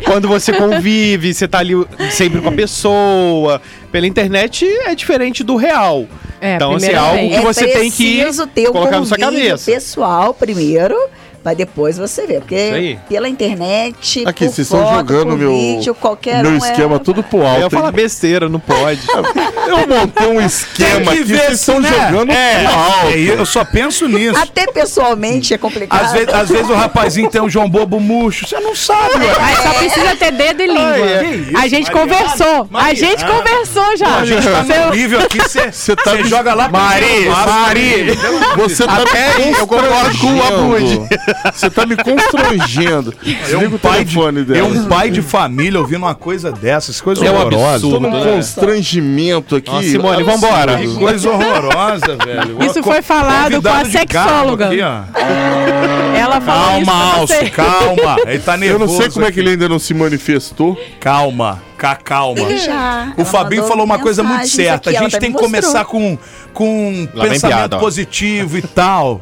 quando você convive, você tá ali sempre com a pessoa. Pela internet é diferente do real. É, então, assim, é algo primeiramente. que você tem que preciso ter um colocar na sua convívio cabeça. pessoal primeiro, mas depois você vê. Porque Isso aí. pela internet, Aqui, por vocês estão foto, jogando por meu, vídeo, qualquer meu um é- esquema tudo pro Eu ia alto. falar besteira, não pode. [LAUGHS] Eu, montei um esquema Tem que aqui, ver vocês se, estão né? jogando É, pro alto. é, eu só penso nisso. Até pessoalmente é complicado. Às vezes, às vezes o rapazinho tem um João Bobo murcho, você não sabe, ué. Mas É. só precisa ter dedo e língua. a gente conversou. a gente conversou já. Ah. A gente tá no nível aqui, [LAUGHS] você tá você me- joga lá pro Mari, lado. Mari, Você tá me constrangendo. Você tá me [LAUGHS] constrangendo. É Eu Desliga um, o pai de, telefone dela. eu um pai de família ouvindo uma coisa dessas, coisa É um horrorosa. Tô num absurdo, né? constrangimento aqui. Nossa, Simone, Absurdo. vambora. Que coisa horrorosa, velho. Isso Ó, foi co- falado convidado com a de carro sexóloga. aqui, ó. Ela falou isso Calma, pra você. Alce, calma. Ele tá Eu nervoso. não sei como é que ele ainda não se manifestou. aqui. Calma, cá, calma. Ele já- O ela Fabinho mandou falou uma coisa muito mensagens certa. aqui, a ela gente até tem que me começar mostrou. com, com um Lá vem pensamento piada, ó. positivo e tal.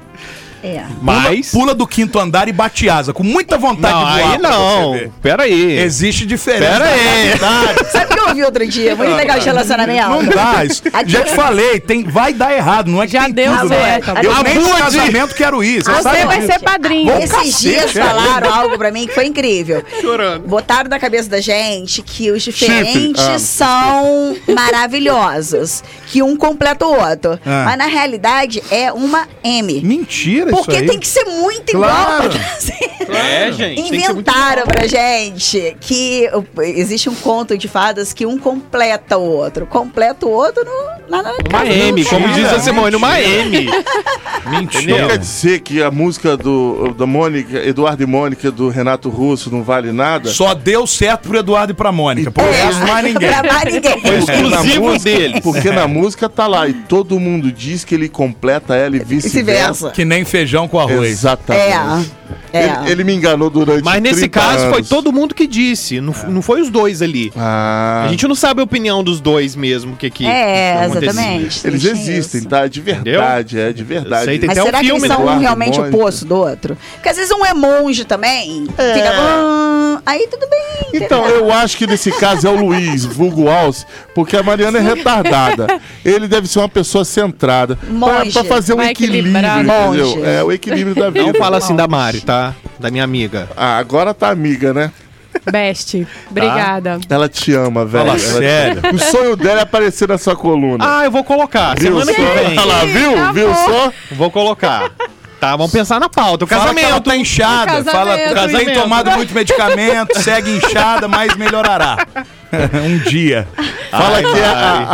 É. Mas. tá Pula, pula do quinto andar e bate asa, com muita vontade não, de voar aí pra você não. ver. Pera aí. Existe diferença. Pera aí. Sabe o que eu ouvi outro dia? Muito legal de relacionamento. Não dá. isso- Aqui- Já te falei, tem, vai dar errado, não é que Já tem deu tudo, certo. né? Eu nem no Abude. casamento quero ir, você Você sabe? vai ser padrinho. Bom, Esses dias cacete, é. falaram algo pra mim que foi incrível. Chorando. Botaram na cabeça da gente que os diferentes são maravilhosos. Que um completa o outro. Ah. Mas na realidade é uma M. Mentira Porque isso aí. tem que ser muito Claro. [LAUGHS] igual pra fazer. É, gente. tem que ser muito- Inventaram pra gente que uh, existe um conto de fadas que um completa o outro. Completa o outro no, lá na Uma M, como diz a Simone, uma M. Então Entendeu? quer dizer que a música do, da Mônica, Eduardo e Mônica, do Renato Russo, não vale nada? Só deu certo pro Eduardo e pra Mônica. Por resto, mais ninguém. É. [LAUGHS] pra mais ninguém. Foi Na exclusivo música- dele. Porque na música tá lá e todo mundo diz que ele completa ela e vice-versa. Vice-versa. Que nem feijão com arroz. Exatamente. É, é. Ele, ele me enganou durante Mas nesse 30 caso foi anos. todo mundo que disse, não, f- não foi os dois ali. Ah, A gente não sabe a opinião dos dois mesmo, o que que É, acontecia. exatamente. eles Tem existem, isso. tá? De verdade, é, né? de verdade. Sei, tem- Mas até um será que filme eles do são Eduardo realmente Mônica. oposto do outro? Porque às vezes um é monge também. Fica. "Ah", aí tudo bem. É. Então, eu acho que nesse caso é o Luiz, vulgo Alce, porque a Mariana é retardada. Ele deve ser uma pessoa centrada. Pra, Monge. pra fazer um Vai equilíbrio, equilibrar. entendeu? Monge. É o equilíbrio da vida. Não fala assim da Mari, tá? Da minha amiga. Ah, agora tá amiga, né? Best, Tá. Tá obrigada. Ela te ama, velho. Fala Ela te- sério. O sonho dela é aparecer na sua coluna. Ah, eu vou colocar. viu Semana que vem. Olha lá, viu? Tá viu bom. só? Vou colocar. Tá, vamos pensar na pauta. O Fala que ela casamento. tá inchada. Casamento, Fala que casamento. tem tomado muito medicamento, segue inchada, mas melhorará. [LAUGHS] um dia. Fala que é a, a-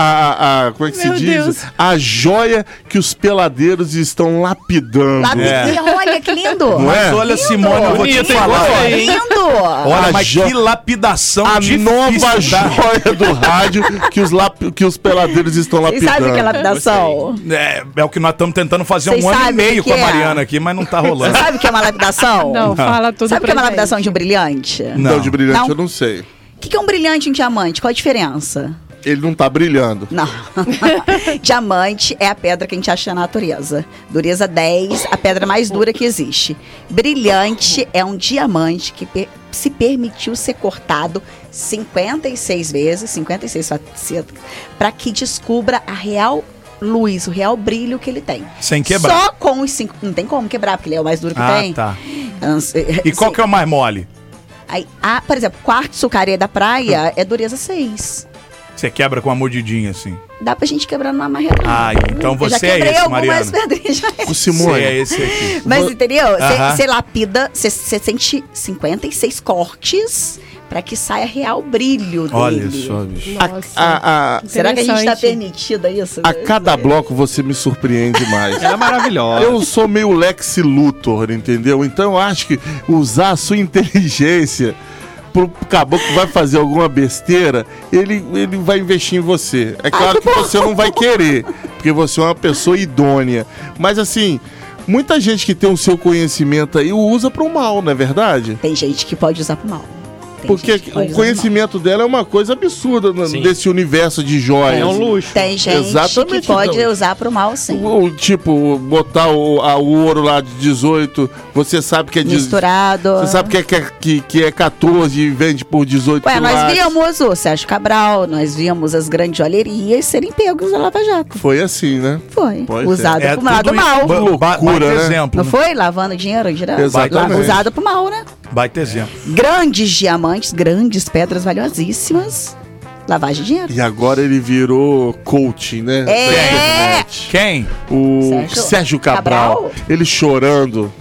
a- a- Como é que Meu se diz? Deus. A joia que os peladeiros estão lapidando. Lá dentro, Olha que lindo. Não é? Mas olha, Simone, eu vou te Bonito, hein? falar. Gostei, olha, hein? Lindo. Olha, A Ah, mas jo- que lapidação A difícil nova tá. joia do rádio que os, lap- que os peladeiros estão Vocês lapidando. sabem que é lapidação? É, é o que nós estamos tentando fazer Vocês um ano e sabem meio o que com a é? Mariana aqui, mas não tá rolando. Você sabe o que é uma lapidação? Não, fala tudo Sabe o que é uma pra gente. lapidação de um brilhante? Não, Não. de brilhante Não. eu não sei. O que que é um brilhante e um diamante? Qual a diferença? Ele não tá brilhando. Não. [LAUGHS] Diamante é a pedra que a gente acha na natureza. Dureza 10, a pedra mais dura que existe. Brilhante é um diamante que per- se permitiu ser cortado 56 vezes, 56 facetas, para que descubra a real luz, o real brilho que ele tem. Sem quebrar. Só com os cinco. Não tem como quebrar, porque ele é o mais duro que Ah, tem. tá. E E qual que é o mais mole? Aí, ah, por exemplo, quartzo carê da praia é dureza 6. Você quebra com a mordidinha, assim. Dá pra gente quebrar numa marretona. Ah, então Eu já você é quebrei esse, algumas Mariana. pedrinhas, já. O Simone, Você é esse aqui. Mas entendeu? Aham. Você lapida, você sente 56 cortes pra que saia real brilho Olha dele. só, bicho. Nossa. a, a- Será que a gente tá Interessante. permitida isso? a cada bloco você me surpreende mais. Ela é maravilhosa. Eu sou meio Lex Luthor, entendeu? Então eu acho que usar a sua inteligência pro caboclo que vai fazer alguma besteira, ele, ele vai investir em você. É claro que você não vai querer, porque você é uma pessoa idônea. Mas assim, muita gente que tem o seu conhecimento aí o usa pro mal, não é verdade? Tem gente que pode usar pro mal. Tem Porque gente que pode o usar pro conhecimento dela é uma coisa absurda no- Sim. desse universo de É, joias. um luxo. mal. Tem gente Exatamente, que pode então. usar pro mal, sim. O, o tipo, botar o, a- o ouro lá de 18, você sabe que é 18. Misturado. Você sabe que é, que, é- que, que é 14 e vende por 18 Ué, nós quilates. víamos o Sérgio Cabral, nós víamos as grandes joalherias serem pegos na Lava Jato. Foi assim, né? Foi. Pois é. usado É pro lado tudo mal. ba- ba- Loucura, baita né? exemplo. Não foi? Lavando dinheiro, girando? Exatamente. Usado pro mal, né? Baita exemplo. Grandes diamantes, grandes pedras valiosíssimas. Lavagem de dinheiro. E agora ele virou coaching, né? Da internet. Quem? O Sérgio, É. Sérgio- Cabral, Cabral? ele chorando.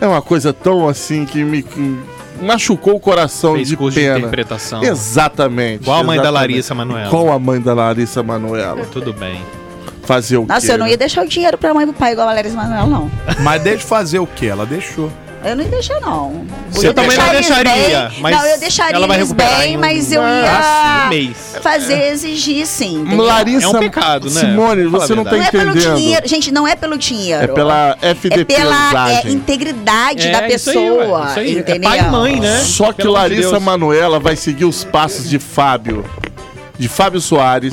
É uma coisa tão assim que me que machucou o coração Fez de curso de pena. interpretação. Exatamente. Igual a mãe da exatamente. Larissa Manoela. Qual a mãe da Larissa Manoela? Tudo bem. Fazer o Nossa, quê, eu não né? ia deixar o dinheiro pra mãe e pro pai igual a Valéria Manuel, não. Mas deixa eu fazer o quê? Ela deixou. Eu não ia deixar, não. Você Eu também não eles deixaria, bem. mas não, eu deixaria ela vai eles recuperar bem, em um- mas eu Ah, sim, um ia mês. fazer, exigir, sim. entendeu? Larissa É um pecado, né? Simone, Fala a você não tá Não é pelo entendendo. dinheiro. Gente, não é pelo dinheiro. É pela É FDP. pela é, integridade da isso aí, ué, pessoa. isso aí. É entendeu? pai e mãe, né? Só que Pelo amor de Larissa Deus. Manoela vai seguir os passos de Fábio, de Fábio Soares,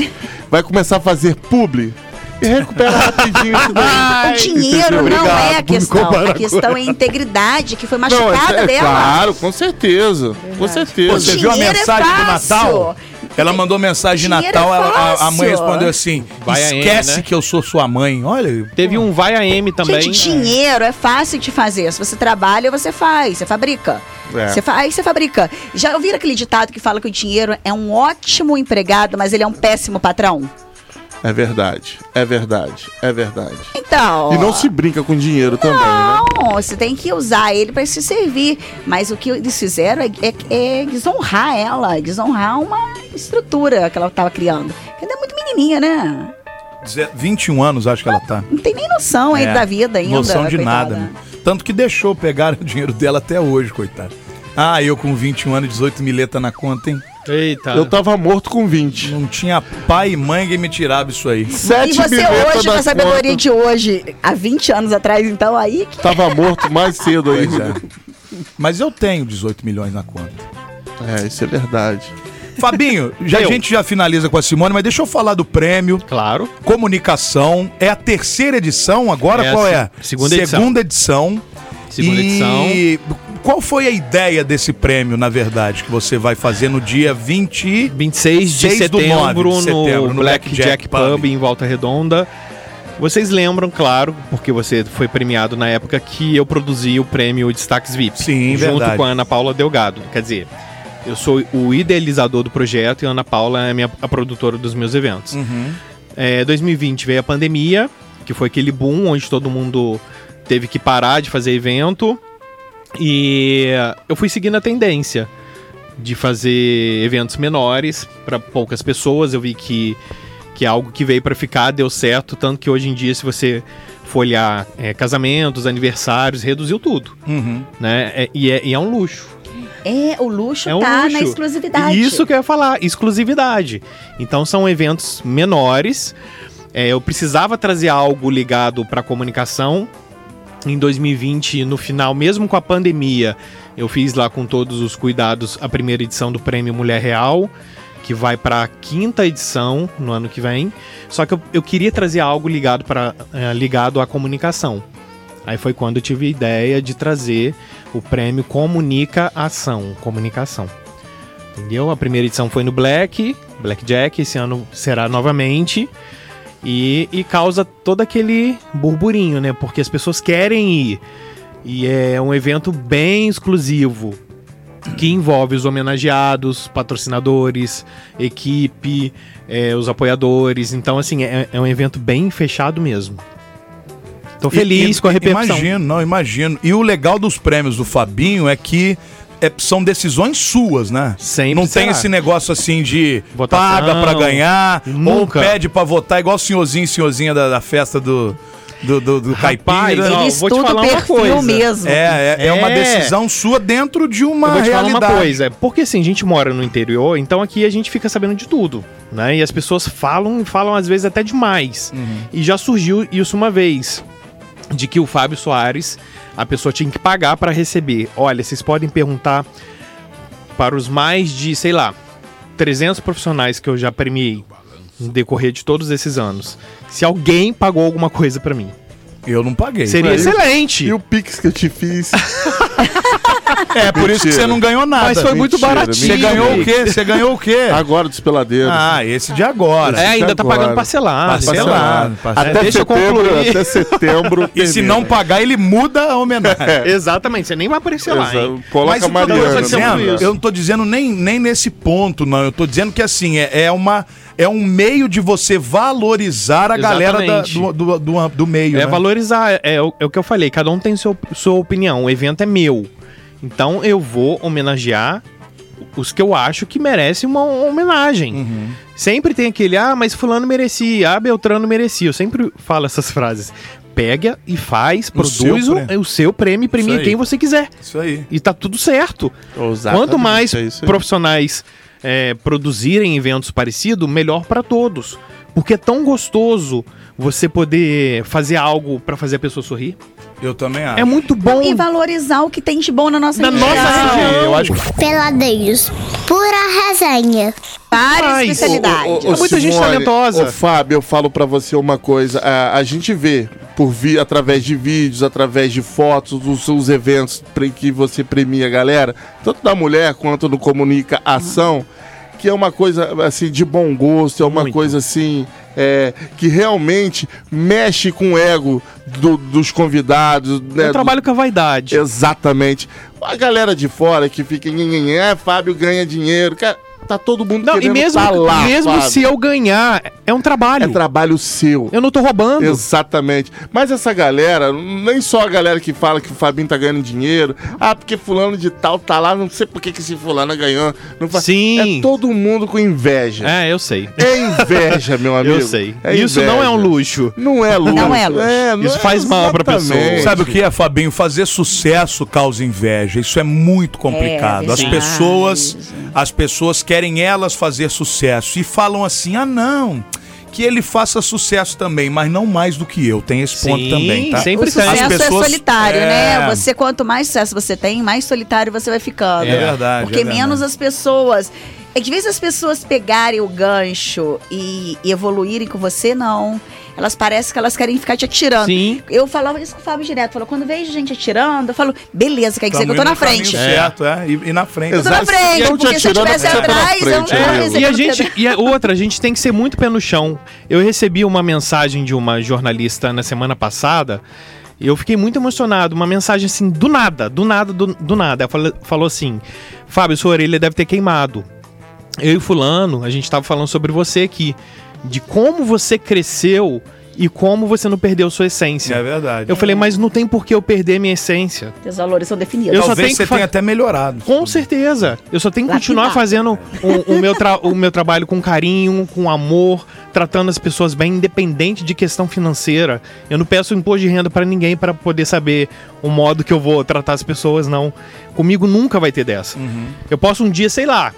vai começar a fazer publi. recupera rapidinho isso daí. [LAUGHS] O dinheiro não é a obrigado por me questão. A comparar com questão é a integridade que foi Não, machucada é, é dela. claro, com certeza. Com certeza. Você viu a Dinheiro é mensagem do fácil. Natal? Ela mandou mensagem de Dinheiro é Natal, ela- a, a mãe fácil. respondeu assim: Vai aí, esquece né? que eu sou sua mãe. Olha, Teve um vai a M também. Gente, dinheiro é fácil de fazer. Se você trabalha, você faz, você fabrica. É. Você fa- Aí você fabrica. Já ouviram aquele ditado que fala que o dinheiro é um ótimo empregado, mas ele é um péssimo patrão? É verdade, é verdade, é verdade. Então. E não se brinca com dinheiro também, né? Não, você tem que usar ele para se servir. Mas o que eles fizeram é, é- é desonrar ela, desonrar uma estrutura que ela tava criando. Ela é muito menininha, né? deze- 21 anos acho que ela tá. Não tem nem noção aí É, da vida ainda. Noção de coitada. nada, né? Tanto que deixou pegar [LAUGHS] o dinheiro dela até hoje, coitado. Ah, eu com 21 anos, 18 mileta na conta, hein? Eita. Eu tava morto com 20. Não tinha pai e mãe que me tirava isso aí. Sete E você bilhetas hoje, da com a sabedoria conta, de hoje, há 20 anos atrás, então, aí que. Tava morto mais cedo aí. Pois é. Mas eu tenho 18 milhões na conta. É, isso é verdade. Fabinho, já, a Eu. gente já finaliza com a Simone, mas deixa eu falar do prêmio. Claro. Comunicação. É a terceira edição agora? É a qual se- é? segunda edição. Segunda edição. Segunda E edição. Qual foi a ideia desse prêmio, na verdade, que você vai fazer no dia 20? 26 de 6 do nove setembro, de setembro, no, no Black Black Jack Jack, Pub, Pub, em Volta Redonda. Vocês lembram, claro, porque você foi premiado na época que eu produzi o prêmio Destaques VIP. Sim, Junto verdade. com a Ana Paula Delgado. Quer dizer, eu sou o idealizador do projeto e a Ana Paula é minha, a produtora dos meus eventos. É, 2020 veio a pandemia, que foi aquele boom onde todo mundo teve que parar de fazer evento. E eu fui seguindo a tendência de fazer eventos menores para poucas pessoas. Eu vi que, que é algo que veio para ficar, deu certo. Tanto que hoje em dia, se você for olhar é, casamentos, aniversários, reduziu tudo. Uhum. né? É- e, é, e é um luxo. É, o luxo É um tá luxo. na exclusividade. E Isso que eu ia falar, exclusividade. Então são eventos menores. É, eu precisava trazer algo ligado para comunicação. Em 2020, no final, mesmo com a pandemia, eu fiz lá com todos os cuidados a primeira edição do Prêmio Mulher Real, que vai para a quinta edição no ano que vem. Só que eu, eu queria trazer algo ligado, pra, eh, ligado à comunicação. Aí foi quando eu tive a ideia de trazer o prêmio Comunica Ação, Comunicação. Entendeu? A primeira edição foi no Black, Blackjack, esse ano será novamente. E, e causa todo aquele burburinho, né? Porque as pessoas querem ir. E é um evento bem exclusivo que envolve os homenageados, patrocinadores, equipe, eh, os apoiadores. Então, assim, é, é um evento bem fechado mesmo. Tô feliz E- com a repercussão. Imagino, não, imagino. E o legal dos prêmios do Fabinho é que é- são decisões suas, né? Sempre não tem será. esse negócio assim de Votação. paga pra ganhar Nunca. ou pede pra votar, igual o senhorzinho e senhorzinha da, da festa do, do, do, do caipira. ó, Ele vou te estuda falar o uma coisa. perfil mesmo. É, é, é uma É. decisão sua dentro de uma Eu vou te realidade. falar uma coisa, porque assim, a gente mora no interior, então aqui a gente fica sabendo de tudo, né? E as pessoas falam e falam às vezes até demais. E já surgiu isso uma vez, de que o Fábio Soares, a pessoa tinha que pagar pra receber. Olha, vocês podem perguntar para os mais de, sei lá, 300 profissionais que eu já premiei no decorrer de todos esses anos, se alguém pagou alguma coisa pra mim. Eu não paguei. Seria Mas- excelente. E o Pix que eu te fiz? [LAUGHS] É, por isso que Mentira. você não ganhou nada. Mas foi muito Mentira, baratinho. Você ganhou o quê? Você ganhou o quê? Agora dos peladeiros. Ah, esse de agora. É, ainda tá Agora. pagando parcelado. Parcelado. sei lá. parcelado. Até deixa eu concluir. até setembro. [LAUGHS] E se termina. não pagar, ele muda a homenagem. Exatamente, você nem vai aparecer lá, hein? Exato. Coloca Mas a o que eu tô Mariana. dizendo, né? eu não tô dizendo nem, nem nesse ponto, não. Eu tô dizendo que assim, é, é uma. É um meio de você valorizar a galera da- Exatamente. do, do, do, do meio. É né? valorizar, é, o, é o que eu falei, cada um tem seu, sua opinião, o evento é meu. Então eu vou homenagear os que eu acho que merecem uma homenagem. Uhum. Sempre tem aquele, ah, mas fulano merecia, ah, Beltrano merecia. Eu sempre falo essas frases. Pega e faz, produz seu o, prêmio. o seu prêmio e premia aí. quem você quiser. Isso aí. E tá tudo certo. Exatamente, Quanto mais é isso aí. profissionais é, produzirem eventos parecidos, melhor para todos. Porque é tão gostoso você poder fazer algo pra fazer a pessoa sorrir. Eu também Ah. acho. É muito bom. E valorizar o que tem de bom na nossa Na região. nossa região. É, Eu acho que Peladeiros, pura resenha. Várias Mas- especialidades. Ô, ô, ô, É muita gente talentosa. Ô, Fábio, eu falo pra você uma coisa. A, a gente vê por vi, através de vídeos, através de fotos, dos seus eventos pre- que você premia a galera, tanto da mulher quanto do Comunica Ação, que é uma coisa assim de bom gosto, é uma Muito. coisa assim. é, que realmente mexe com o ego do- dos convidados. né, Eu do- trabalho com a vaidade. Exatamente. A galera de fora que fica. "Nhenhenhen, É, Fábio ganha dinheiro. Cara, tá todo mundo Não, e querendo mesmo, tá lá, mesmo Fábio. se eu ganhar, é um trabalho. É trabalho seu. Eu não tô roubando. Exatamente. Mas essa galera, nem só a galera que fala que o Fabinho tá ganhando dinheiro. Ah, porque fulano de tal tá lá, não sei por que que esse fulano ganhou. Não faz- Sim. É todo mundo com inveja. É, É, eu sei. inveja, meu amigo. [LAUGHS] Eu sei. É Isso inveja. não é um luxo. Não é luxo. Não é luxo. Isso faz mal pra pessoa. exatamente. Sabe o que é, Fabinho? Fazer sucesso causa inveja. Isso é muito complicado. É as verdade. pessoas, as pessoas querem elas fazer sucesso e falam assim: "Ah, não, que ele faça sucesso também, mas não mais do que eu". Tem esse ponto Sim, também, tá? sempre O tem. sucesso As pessoas- é solitário, É. né? Você, quanto mais sucesso você tem, mais solitário você vai ficando. É verdade, Porque é verdade. menos as pessoas. É que às vezes as pessoas pegarem o gancho e evoluírem com você, não. Elas parecem que elas querem ficar te atirando. Sim. Eu falava isso com o Fábio direto. Falou, quando vejo gente atirando, eu falo, beleza, quer dizer que eu tô Tamo na indo Tá no caminho frente. Certo, é. E, e na frente. Eu tô na Exato. Se frente, eu te porque se eu atirando, estivesse você tá na atrás, eu não frente, tava amigo. é. E recebendo a gente e a outra, a gente tem que ser muito pé no chão. Eu recebi uma mensagem de uma jornalista na semana passada e eu fiquei muito emocionado. Uma mensagem assim, do nada, do nada, do, do nada. Ela fala- falou assim: Fábio, sua orelha deve ter queimado. Eu e Fulano, a gente tava falando sobre você aqui, de como você cresceu e como você não perdeu sua essência. É verdade. Eu falei, mas não tem por que eu perder minha essência. Os valores são definidos. Eu só Talvez tenho você que fa- tenha até melhorado. Com certeza. Eu só tenho que continuar Lapidar. fazendo um, o, o meu tra- o meu trabalho com carinho, com amor, tratando as pessoas bem, independente de questão financeira. Eu não peço imposto de renda pra ninguém pra poder saber o modo que eu vou tratar as pessoas, não. Comigo nunca vai ter dessa. Uhum. Eu posso um dia, sei lá,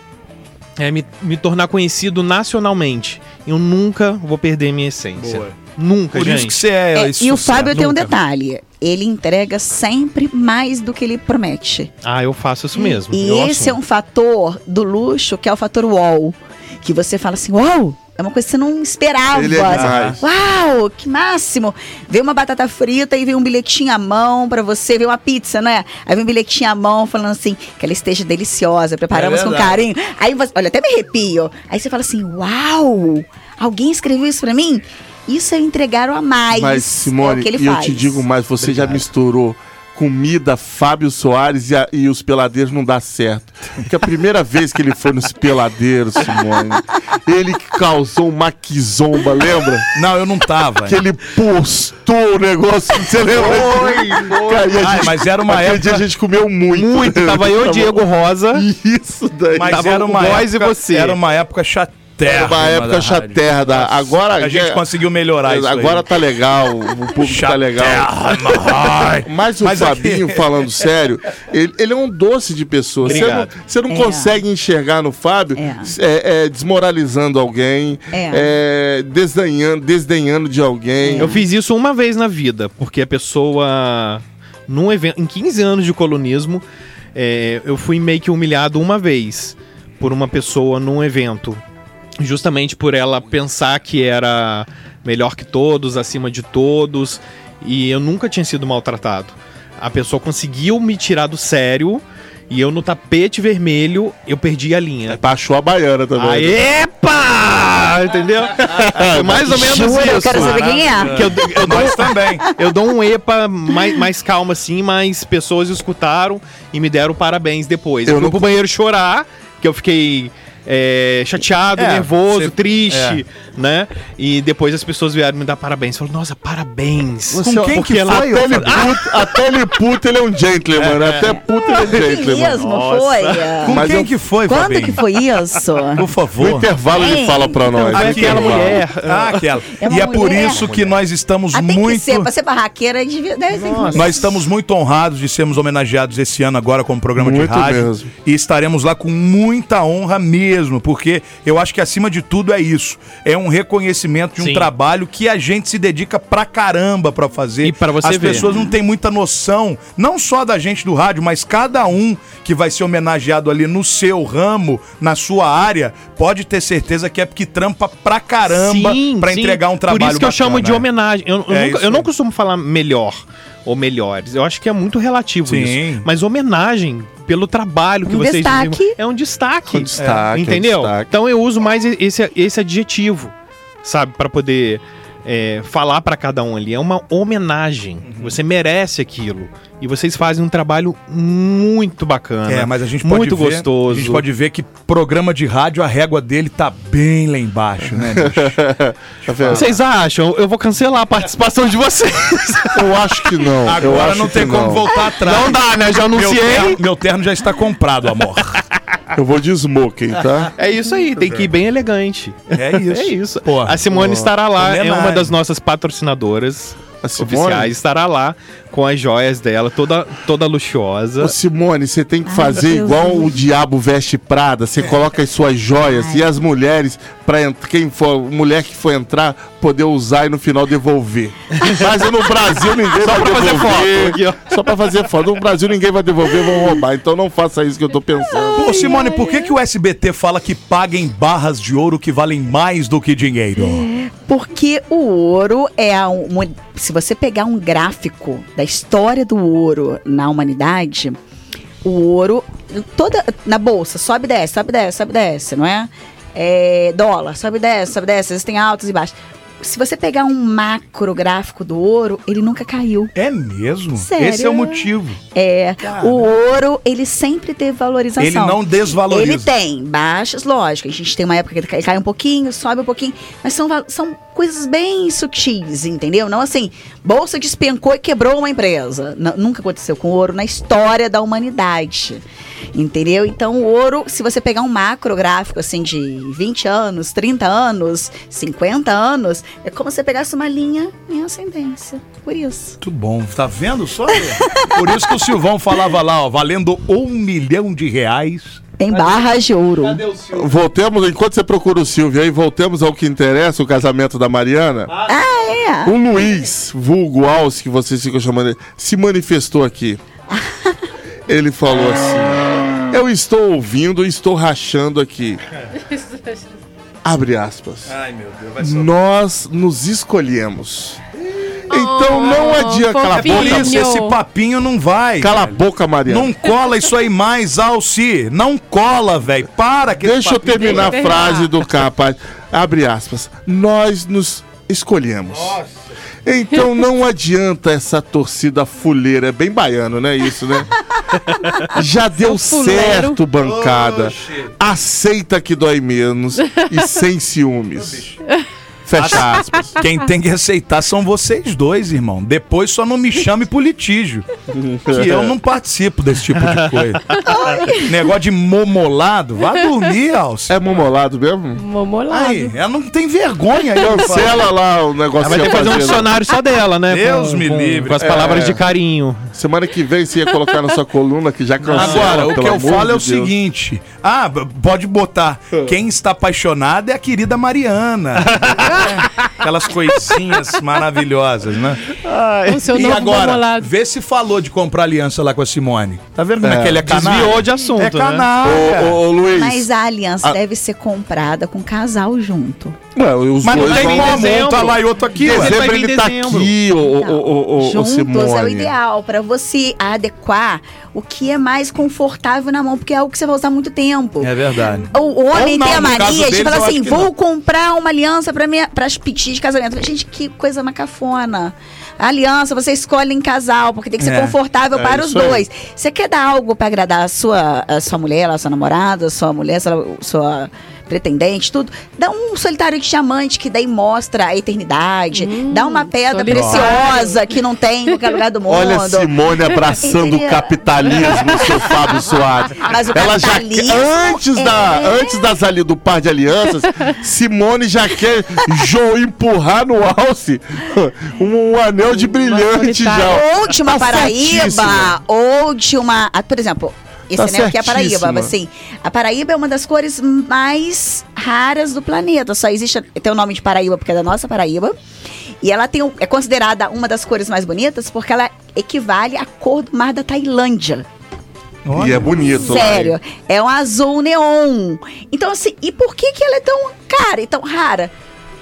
é, me, me tornar conhecido nacionalmente. Eu nunca vou perder minha essência. Boa. Nunca, Por gente. isso que você é, É, esse e o sucesso. Fábio tem um nunca. detalhe. Ele entrega sempre mais do que ele promete. Ah, eu faço isso Uhum. mesmo. E eu esse é assumo. um fator do luxo, que é o fator UOL. Que você fala assim, uau! É uma coisa que você não esperava. Ele é Você demais. fala, Uau, que máximo! Vem uma batata frita e vem um bilhetinho à mão pra você, vem uma pizza, né? Aí vem um bilhetinho à mão falando assim, que ela esteja deliciosa, preparamos É com verdade. carinho. Aí você, olha, até me arrepio. Aí você fala assim, uau! Alguém escreveu isso pra mim? Isso é entregar a mais. Mas, é Simone, o que ele e eu faz. te digo mais, você já misturou comida, Fábio Soares e, a- e os peladeiros não dá certo. Porque a primeira vez que ele foi nos peladeiros, Simone, ele causou uma quizomba, lembra? Não, eu não tava. Que ele postou o negócio, você lembra? Cara, e a Ai, gente- Ah, mas era uma aquele época- dia a gente comeu muito. [LAUGHS] Muito, tava eu, Diego Rosa. Isso daí. Mas Tava era o uma Góes época, e você. Era uma época chaterra. Era uma época da rádio. chaterra da- agora- é- a gente conseguiu melhorar isso. Agora aí. tá legal, [LAUGHS] o público tá Chaterra, legal. mãe. [LAUGHS] Mas o Mas aqui- Fabinho, falando sério, ele, ele é um doce de pessoa. Você não, Obrigado. você não É. consegue enxergar no Fábio É. é, é, desmoralizando alguém, é, desdenhando, desdenhando de alguém. Eu fiz isso uma vez na vida, porque a pessoa, num evento, em 15 anos de colonismo, é, eu fui meio que humilhado uma vez por uma pessoa num evento. Justamente por ela pensar que era melhor que todos, acima de todos, e eu nunca tinha sido maltratado. A pessoa conseguiu me tirar do sério, e eu no tapete vermelho, eu perdi a linha. Baixou a baiana também. Aí, [LAUGHS] epa! Entendeu? Foi mais ou menos Jura, isso. eu quero saber quem é. Que eu, eu dou- Nós também. eu dou um epa mais, mais calmo assim, mas pessoas escutaram e me deram parabéns depois. Eu, Eu fui não- pro banheiro chorar, que eu fiquei é, chateado, É, nervoso, você- é. triste, né? E depois as pessoas vieram me dar parabéns. Falaram, nossa, parabéns. Você- quem porque que ela- foi, até, ele puto, até ele puto, ele é um gentleman. né? Até puto, ele é um [LAUGHS] Que gentleman. mesmo foi? Com tá- Mas quem eu- que foi, Quando Fabinho? que [LAUGHS] foi isso? Por No favor. intervalo ele Ei, fala pra nós. Foi no aquela intervalo. mulher. Ah, aquela. É uma e é por mulher. isso que nós estamos Ah, tem que muito. ser, pra ser barraqueira, devia, deve ser. Nós estamos muito honrados de sermos homenageados esse ano agora como programa Muito de rádio. mesmo. E estaremos lá com muita honra mesmo, porque eu acho que acima de tudo é isso. É um reconhecimento de um Sim. trabalho que a gente se dedica pra caramba pra fazer. E pra você As ver. pessoas não têm muita noção, não só da gente do rádio, mas cada um que vai ser homenageado ali no seu ramo, na sua área, pode ter certeza que é porque trampa pra caramba Sim, pra sim. entregar um trabalho Por isso que eu bacana, chamo de né? homenagem. Eu, eu É nunca- isso eu não aí. costumo falar melhor ou melhores. Eu acho que é muito relativo Sim. isso. Mas homenagem pelo trabalho que Um vocês destaque. desenvolvem é um destaque. Um destaque, É, um entendeu? destaque. Então eu uso mais esse, esse adjetivo, sabe? Pra poder é, falar pra cada um ali. É uma homenagem. Uhum. Você merece aquilo. E vocês fazem um trabalho muito bacana. É, mas a gente pode né? muito ver, gostoso. A gente pode ver que programa de rádio a régua dele tá bem lá embaixo, né? bicho? Tá vendo? Vocês acham? Eu vou cancelar a participação de vocês. Eu acho que não. eu Agora acho não tem que como não. voltar atrás. Não dá, né? Já Meu anunciei. terno, meu terno já está comprado, amor. Eu vou de smoking, [LAUGHS] tá? É isso aí, tem que ir bem elegante. [LAUGHS] É isso. É isso. Porra. a Simone estará lá, é Homenagem. uma das nossas patrocinadoras A Simone? oficiais, estará lá com as joias dela, toda, toda luxuosa. Ô, Simone, você tem que Ai, fazer meu igual Deus. É. o diabo veste prada. Você coloca as suas joias e as mulheres, pra en- quem for, mulher que for entrar, poder usar e no final devolver. Mas no Brasil ninguém vai pra fazer devolver. foto aqui, ó. Só pra fazer foto. No Brasil ninguém vai devolver, vão roubar. Então não faça isso que eu tô pensando. Ô, Simone, por que, que o SBT fala que paguem barras de ouro que valem mais do que dinheiro? Porque o ouro é a um- uma- se você pegar um gráfico da história do ouro na humanidade, o ouro toda na bolsa sobe e desce, sobe e desce, sobe e desce, não é? É, dólar sobe e desce, sobe e desce, existem altos e baixos. Se você pegar um macro gráfico do ouro, ele nunca caiu. É mesmo? Sério? Esse é o motivo. É, o ouro, ele sempre teve valorização. Ele não desvaloriza. Ele tem baixas, lógico. A gente tem uma época que ele cai, cai um pouquinho, sobe um pouquinho, mas são, val- são coisas bem sutis, entendeu? Não assim, bolsa despencou e quebrou uma empresa. N- nunca aconteceu com o ouro na história da humanidade, entendeu? Então, o ouro, se você pegar um macro gráfico assim de 20 anos, 30 anos, 50 anos, é como se você pegasse uma linha em ascendência. Por isso. Muito bom. Tá vendo só? Por isso que o Silvão falava lá, ó, valendo um milhão de reais. Em barras de ouro. Voltemos, enquanto você procura o Silvio aí, voltemos ao que interessa, o casamento da Mariana. É. O Luiz, vulgo Alce, que vocês ficam chamando ele, se manifestou aqui. Ele falou assim: Eu estou ouvindo e estou rachando aqui. Abre aspas. Ai, meu Deus, vai Nós nos escolhemos. Então não adianta. Cala a Por boca. fofinho. isso, esse papinho não vai. Cala a boca, Mariana. Não cola isso aí mais, Alci. Não cola, velho. Para que esse Deixa eu papinho- é terminar a Deixa eu terminar. frase do capaz. Abre aspas. Nós nos escolhemos. Então não adianta essa torcida fuleira. É bem baiano, né? Isso, né? Já deu fuleiro. certo, bancada. Oxe. Aceita que dói menos [LAUGHS] e sem ciúmes. Fecha aspas. Quem tem que aceitar são vocês dois, irmão. Depois só não me chame pro litígio. que eu não participo desse tipo de [LAUGHS] coisa. Negócio de momolado. Vá dormir, Alci. É momolado mesmo? Momolado. Aí, ela não tem vergonha. aí, Cancela lá o negócio Vai ter ia que fazer um fazer, né? dicionário só dela, né? Deus me livre. Com as É. palavras de carinho. Semana que vem você ia colocar na sua coluna que já cancela. Agora, o pelo que eu amor falo de é o Deus. seguinte: ah, b- pode botar. Quem está apaixonada é a querida [LAUGHS] Mariana. Aquelas coisinhas maravilhosas, né? O Então seu E novo agora, momolado. vê se falou de comprar aliança lá com a Simone. Tá vendo como é que ele é canalha? Desviou de assunto, É né? canalha. Ô, ô, ô, Luiz. Mas a aliança Ah. deve ser comprada com casal junto. Ué, os Mas não dois tem vão- em como, um dezembro. tá lá e outro aqui. Em ué. dezembro. dezembro vai vir ele em tá dezembro. aqui, ô, ô, Então, ô, ô, ô, juntos Simone. é o ideal para você adequar o que é mais confortável na mão, porque é algo que você vai usar muito tempo. É verdade. O homem Ou não, tem a no caso mania de deles, eu falar acho assim: que vou não. comprar uma aliança para minha, pras pedir de casamento. Gente, que coisa macafona. A aliança você escolhe em casal, porque tem que ser É, confortável é para os isso aí. dois. Você quer dar algo para agradar a sua, a sua mulher, a sua namorada, a sua mulher, a sua, sua pretendente, tudo? Dá um solitário de diamante que daí mostra a eternidade. dá uma pedra solitário. preciosa que não tem em qualquer lugar do mundo. Olha a Simone abraçando o Entendeu? capitalismo, seu Fábio Soares. Mas o Ela já capitalismo quer- antes é- da antes das ali do par de alianças, Simone já quer jo, empurrar no alce um, um anel de brilhante já. solitária. ou de uma Tá Tá Paraíba, certíssimo. ou de uma. ah, Por exemplo, Esse Tá anel aqui é a Paraíba. certíssima. Assim, a Paraíba é uma das cores mais raras do planeta. Só existe. Tem o nome de Paraíba porque é da nossa Paraíba. E ela tem, o- é considerada uma das cores mais bonitas porque ela equivale à cor do mar da Tailândia. E é bonito. lá, hein? Sério, é um azul neon. Então, assim, e por que, que ela é tão cara e tão rara?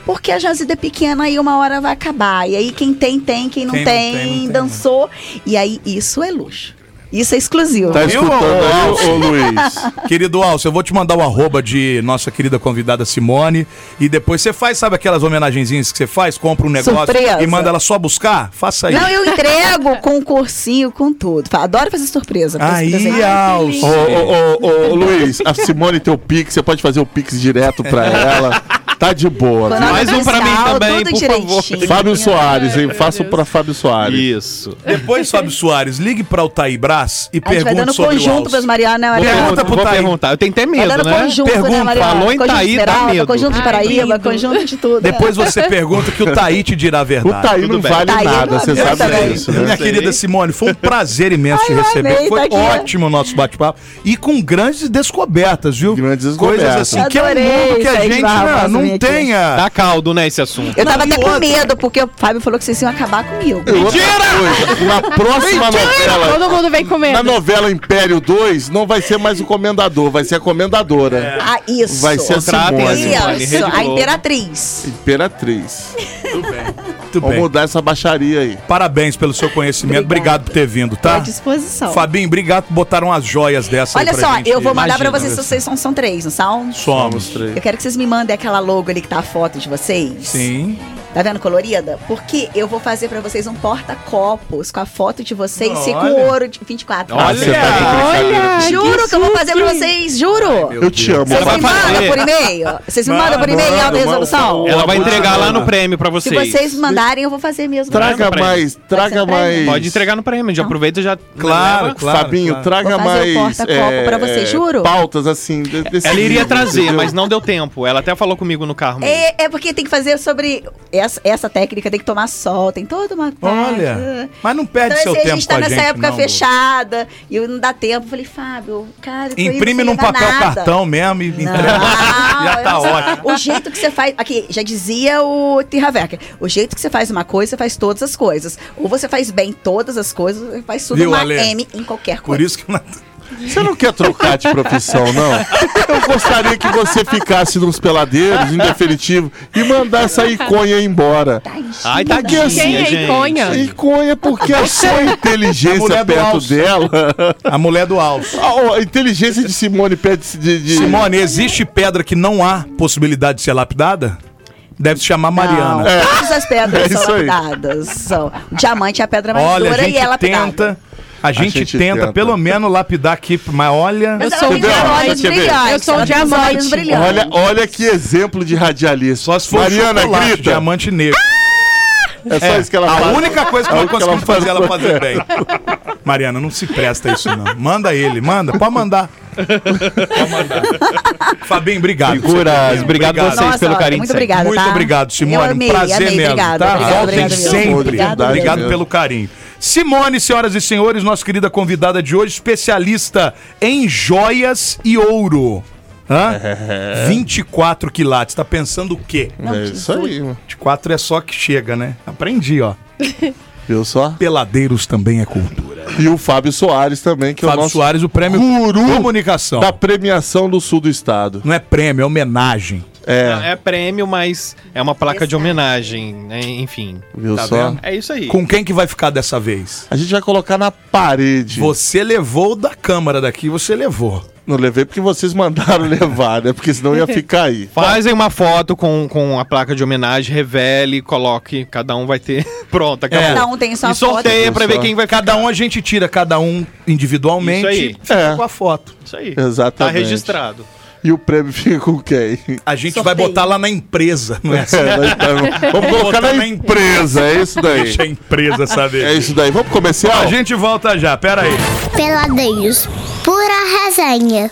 Porque a jazida é pequena e uma hora vai acabar. E aí, quem tem, tem, quem não, Quem não tem, tem, não tem, dançou. E aí, isso é luxo. Isso é exclusivo. Tá Viu, escutando Alce? aí, ô Luiz? Querido Alce, eu vou te mandar o arroba de nossa querida convidada Simone. E depois você faz, sabe aquelas homenagenzinhas que você faz? Compra um negócio Surpresa. e manda ela só buscar? Faça aí. Não, eu entrego com cursinho, com tudo. Adoro fazer surpresa. pra esse Aí, desenho. Alce. Ô, ô, ô, ô, Luiz, a Simone tem o Pix, você pode fazer o Pix direto [LAUGHS] pra ela. Tá de boa. Com viu? nota Mais um pra mim fiscal, também, tudo por favor. direitinho. Fábio Soares, hein? Faço pra Fábio Soares. Isso. Depois, Fábio Soares, ligue pra o Brás e A gente vai pergunte dando sobre o conjunto Alce. pras Mariana. né, Vou, Mariana. Pergunta perguntar, pro vou Thaí. perguntar. Eu tenho até Vai medo, dando né? conjunto, né, Pergunta. Mariana? Falou em conjunto Thaí, de dá Esmeralda, medo. Conjunto de Ai, Paraíba, lindo. conjunto de tudo. Depois você pergunta que o Thaí te dirá a O verdade. Thaí não tudo bem. vale Thaí não nada, você vale sabe nada. disso, né? Minha sei. querida Simone, foi um prazer imenso te [LAUGHS] Ai, eu receber. amei, foi tá aqui. ótimo o nosso bate-papo. E com grandes descobertas, viu? Grandes Coisas descobertas. assim que é um Adorei mundo que a sair de gente barra, né, posso vir não aqui. tenha. Tá caldo, né, esse assunto. Eu tava Não, e até com outra? medo, porque o Fábio falou que vocês iam acabar comigo. E outra coisa, na próxima novela, Todo mundo vem comer. na novela Império 2, não vai ser mais o comendador, vai ser a comendadora. É. Ah, isso. Vai ser a Contratem a Simone. Simone. Rede Isso, Globo. a Imperatriz. Imperatriz. Muito Vamos bem. mudar essa baixaria aí. Parabéns pelo seu conhecimento. Obrigado por ter vindo, Tá. À tá? disposição. Fabinho, obrigado por botar umas joias dessa aí Olha pra só, gente. né? eu vou mandar pra Imagina, vocês, vocês são, são três, não são? Somos. Eu quero que vocês me mandem aquela logo ali que tá a foto de vocês. Sim. Tá vendo colorida? Porque eu vou fazer pra vocês um porta-copos com a foto de vocês e com Olha. o ouro de 24. Olha. você tá de brincadeira. Olha, Juro que eu vou fazer pra vocês, juro. Eu te amo, Vocês Ela me vai mandam fazer. por e-mail? Vocês me mandam por Manda, e-mail em alta manda, resolução? manda. Ela vai Boa, entregar boa. lá no prêmio pra Se vocês. vocês mandarem, eu vou fazer mesmo. Traga Manda pra mais, traga Pode mais. Pode entregar no prêmio, Ah. já aproveita e já. Claro, claro. Fabinho, claro. traga Vou fazer o mais. é, porta-copo pra você, juro. Pautas assim. de- desse Ela iria nível, trazer, entendeu? mas não deu tempo. Ela até falou comigo no carro. mesmo. Hum. É, é porque tem que fazer sobre essa, essa técnica, tem que tomar sol, tem toda uma. Olha, mas não perde Tá, seu Então, assim, a tempo gente tá com a nessa gente, época não, Lu. fechada e eu não dá tempo. Eu falei, Fábio, cara, eu tô indo Imprime sem num levar papel nada. cartão mesmo e [LAUGHS] Não, entrega lá. [LAUGHS] Já tá eu- ótimo. O jeito que você faz. Aqui, já dizia o Tirraverker. O jeito que você faz uma coisa, você faz todas as coisas. Ou você faz bem todas as coisas, ou você faz tudo Viu, uma Ale? M em qualquer Por coisa. isso que não- Você não quer trocar de profissão, não? Eu gostaria que você ficasse nos peladeiros, em definitivo, e mandar essa iconha embora. Tá, Ai, Porque tadinha, assim- Quem é gente. iconha? Iconha, porque a sua A inteligência mulher do perto Alce. dela. a mulher do Alce. A, a inteligência de Simone perto de. de- Simone, existe pedra que não há possibilidade de ser lapidada? Deve se chamar Não, Mariana. Todas [LAUGHS] as pedras É isso são aí. lapidadas. São. O diamante é a pedra mais Olha, a dura e é gente lapidada. tenta. A gente, gente tenta, tenta. pelo menos, lapidar aqui, mas olha. Eu Mas sou ela tem um diamante. olhos Quer ver? brilhantes. Eu sou um ela tem diamante. olhos brilhantes. Olha, olha que exemplo de radialista. Só se for Mariana chocolate, grita. diamante negro. É só isso que Ah! ela a faz. única coisa que É o eu que ela consegui faz. fazer ela fazer bem. Mariana, não se presta isso, não. Manda ele, manda. Pode mandar. Pode [LAUGHS] mandar. Fabinho, obrigado. Figuras, obrigado vocês. Nossa, pelo olha, carinho muito de sempre. obrigada, Muito tá? obrigado, Simone. Eu amei, um prazer amei, mesmo. Obrigada, tá? obrigada, Voltem obrigada, sempre. mesmo. Obrigado, Obrigada mesmo. mesmo. pelo carinho. Simone, senhoras e senhores, nossa querida convidada de hoje, especialista em joias e ouro. [LAUGHS] Hã? 24 quilates. Tá pensando o quê? É isso aí, mano. 24 é só que chega, né? Aprendi, ó. Viu só? Peladeiros também é cultura. E o Fábio Soares também, que é o Fábio nosso Soares, o prêmio guru Comunicação. da premiação do sul do estado. Não é prêmio, é homenagem. É, É. prêmio, mas é uma placa de homenagem, né? Enfim. viu Tá só? vendo? É isso aí. Com quem que vai ficar dessa vez? A gente vai colocar na parede. Você levou o da Câmara daqui, você levou. Não levei porque vocês mandaram [LAUGHS] levar, né? Porque senão ia ficar aí. Fazem uma foto com, com a placa de homenagem, revele, coloque, cada um vai ter. [LAUGHS] Pronto, acabou. Cada um tem sua e sorteia pra ver quem vai ficar. Cada um a gente tira, cada um individualmente. Isso aí. Fica É. com a foto. Isso aí. Tá Exatamente. registrado. E o prêmio fica [LAUGHS] com quem? A gente vai Sorteio. botar lá na empresa, não é? assim? [LAUGHS] É, nós tamo- Vamos Botar colocar na na empresa, é isso daí. Deixa a empresa saber. É isso daí. Vamos pro comercial? A gente volta já, pera aí. Peladeiros. Pura resenha.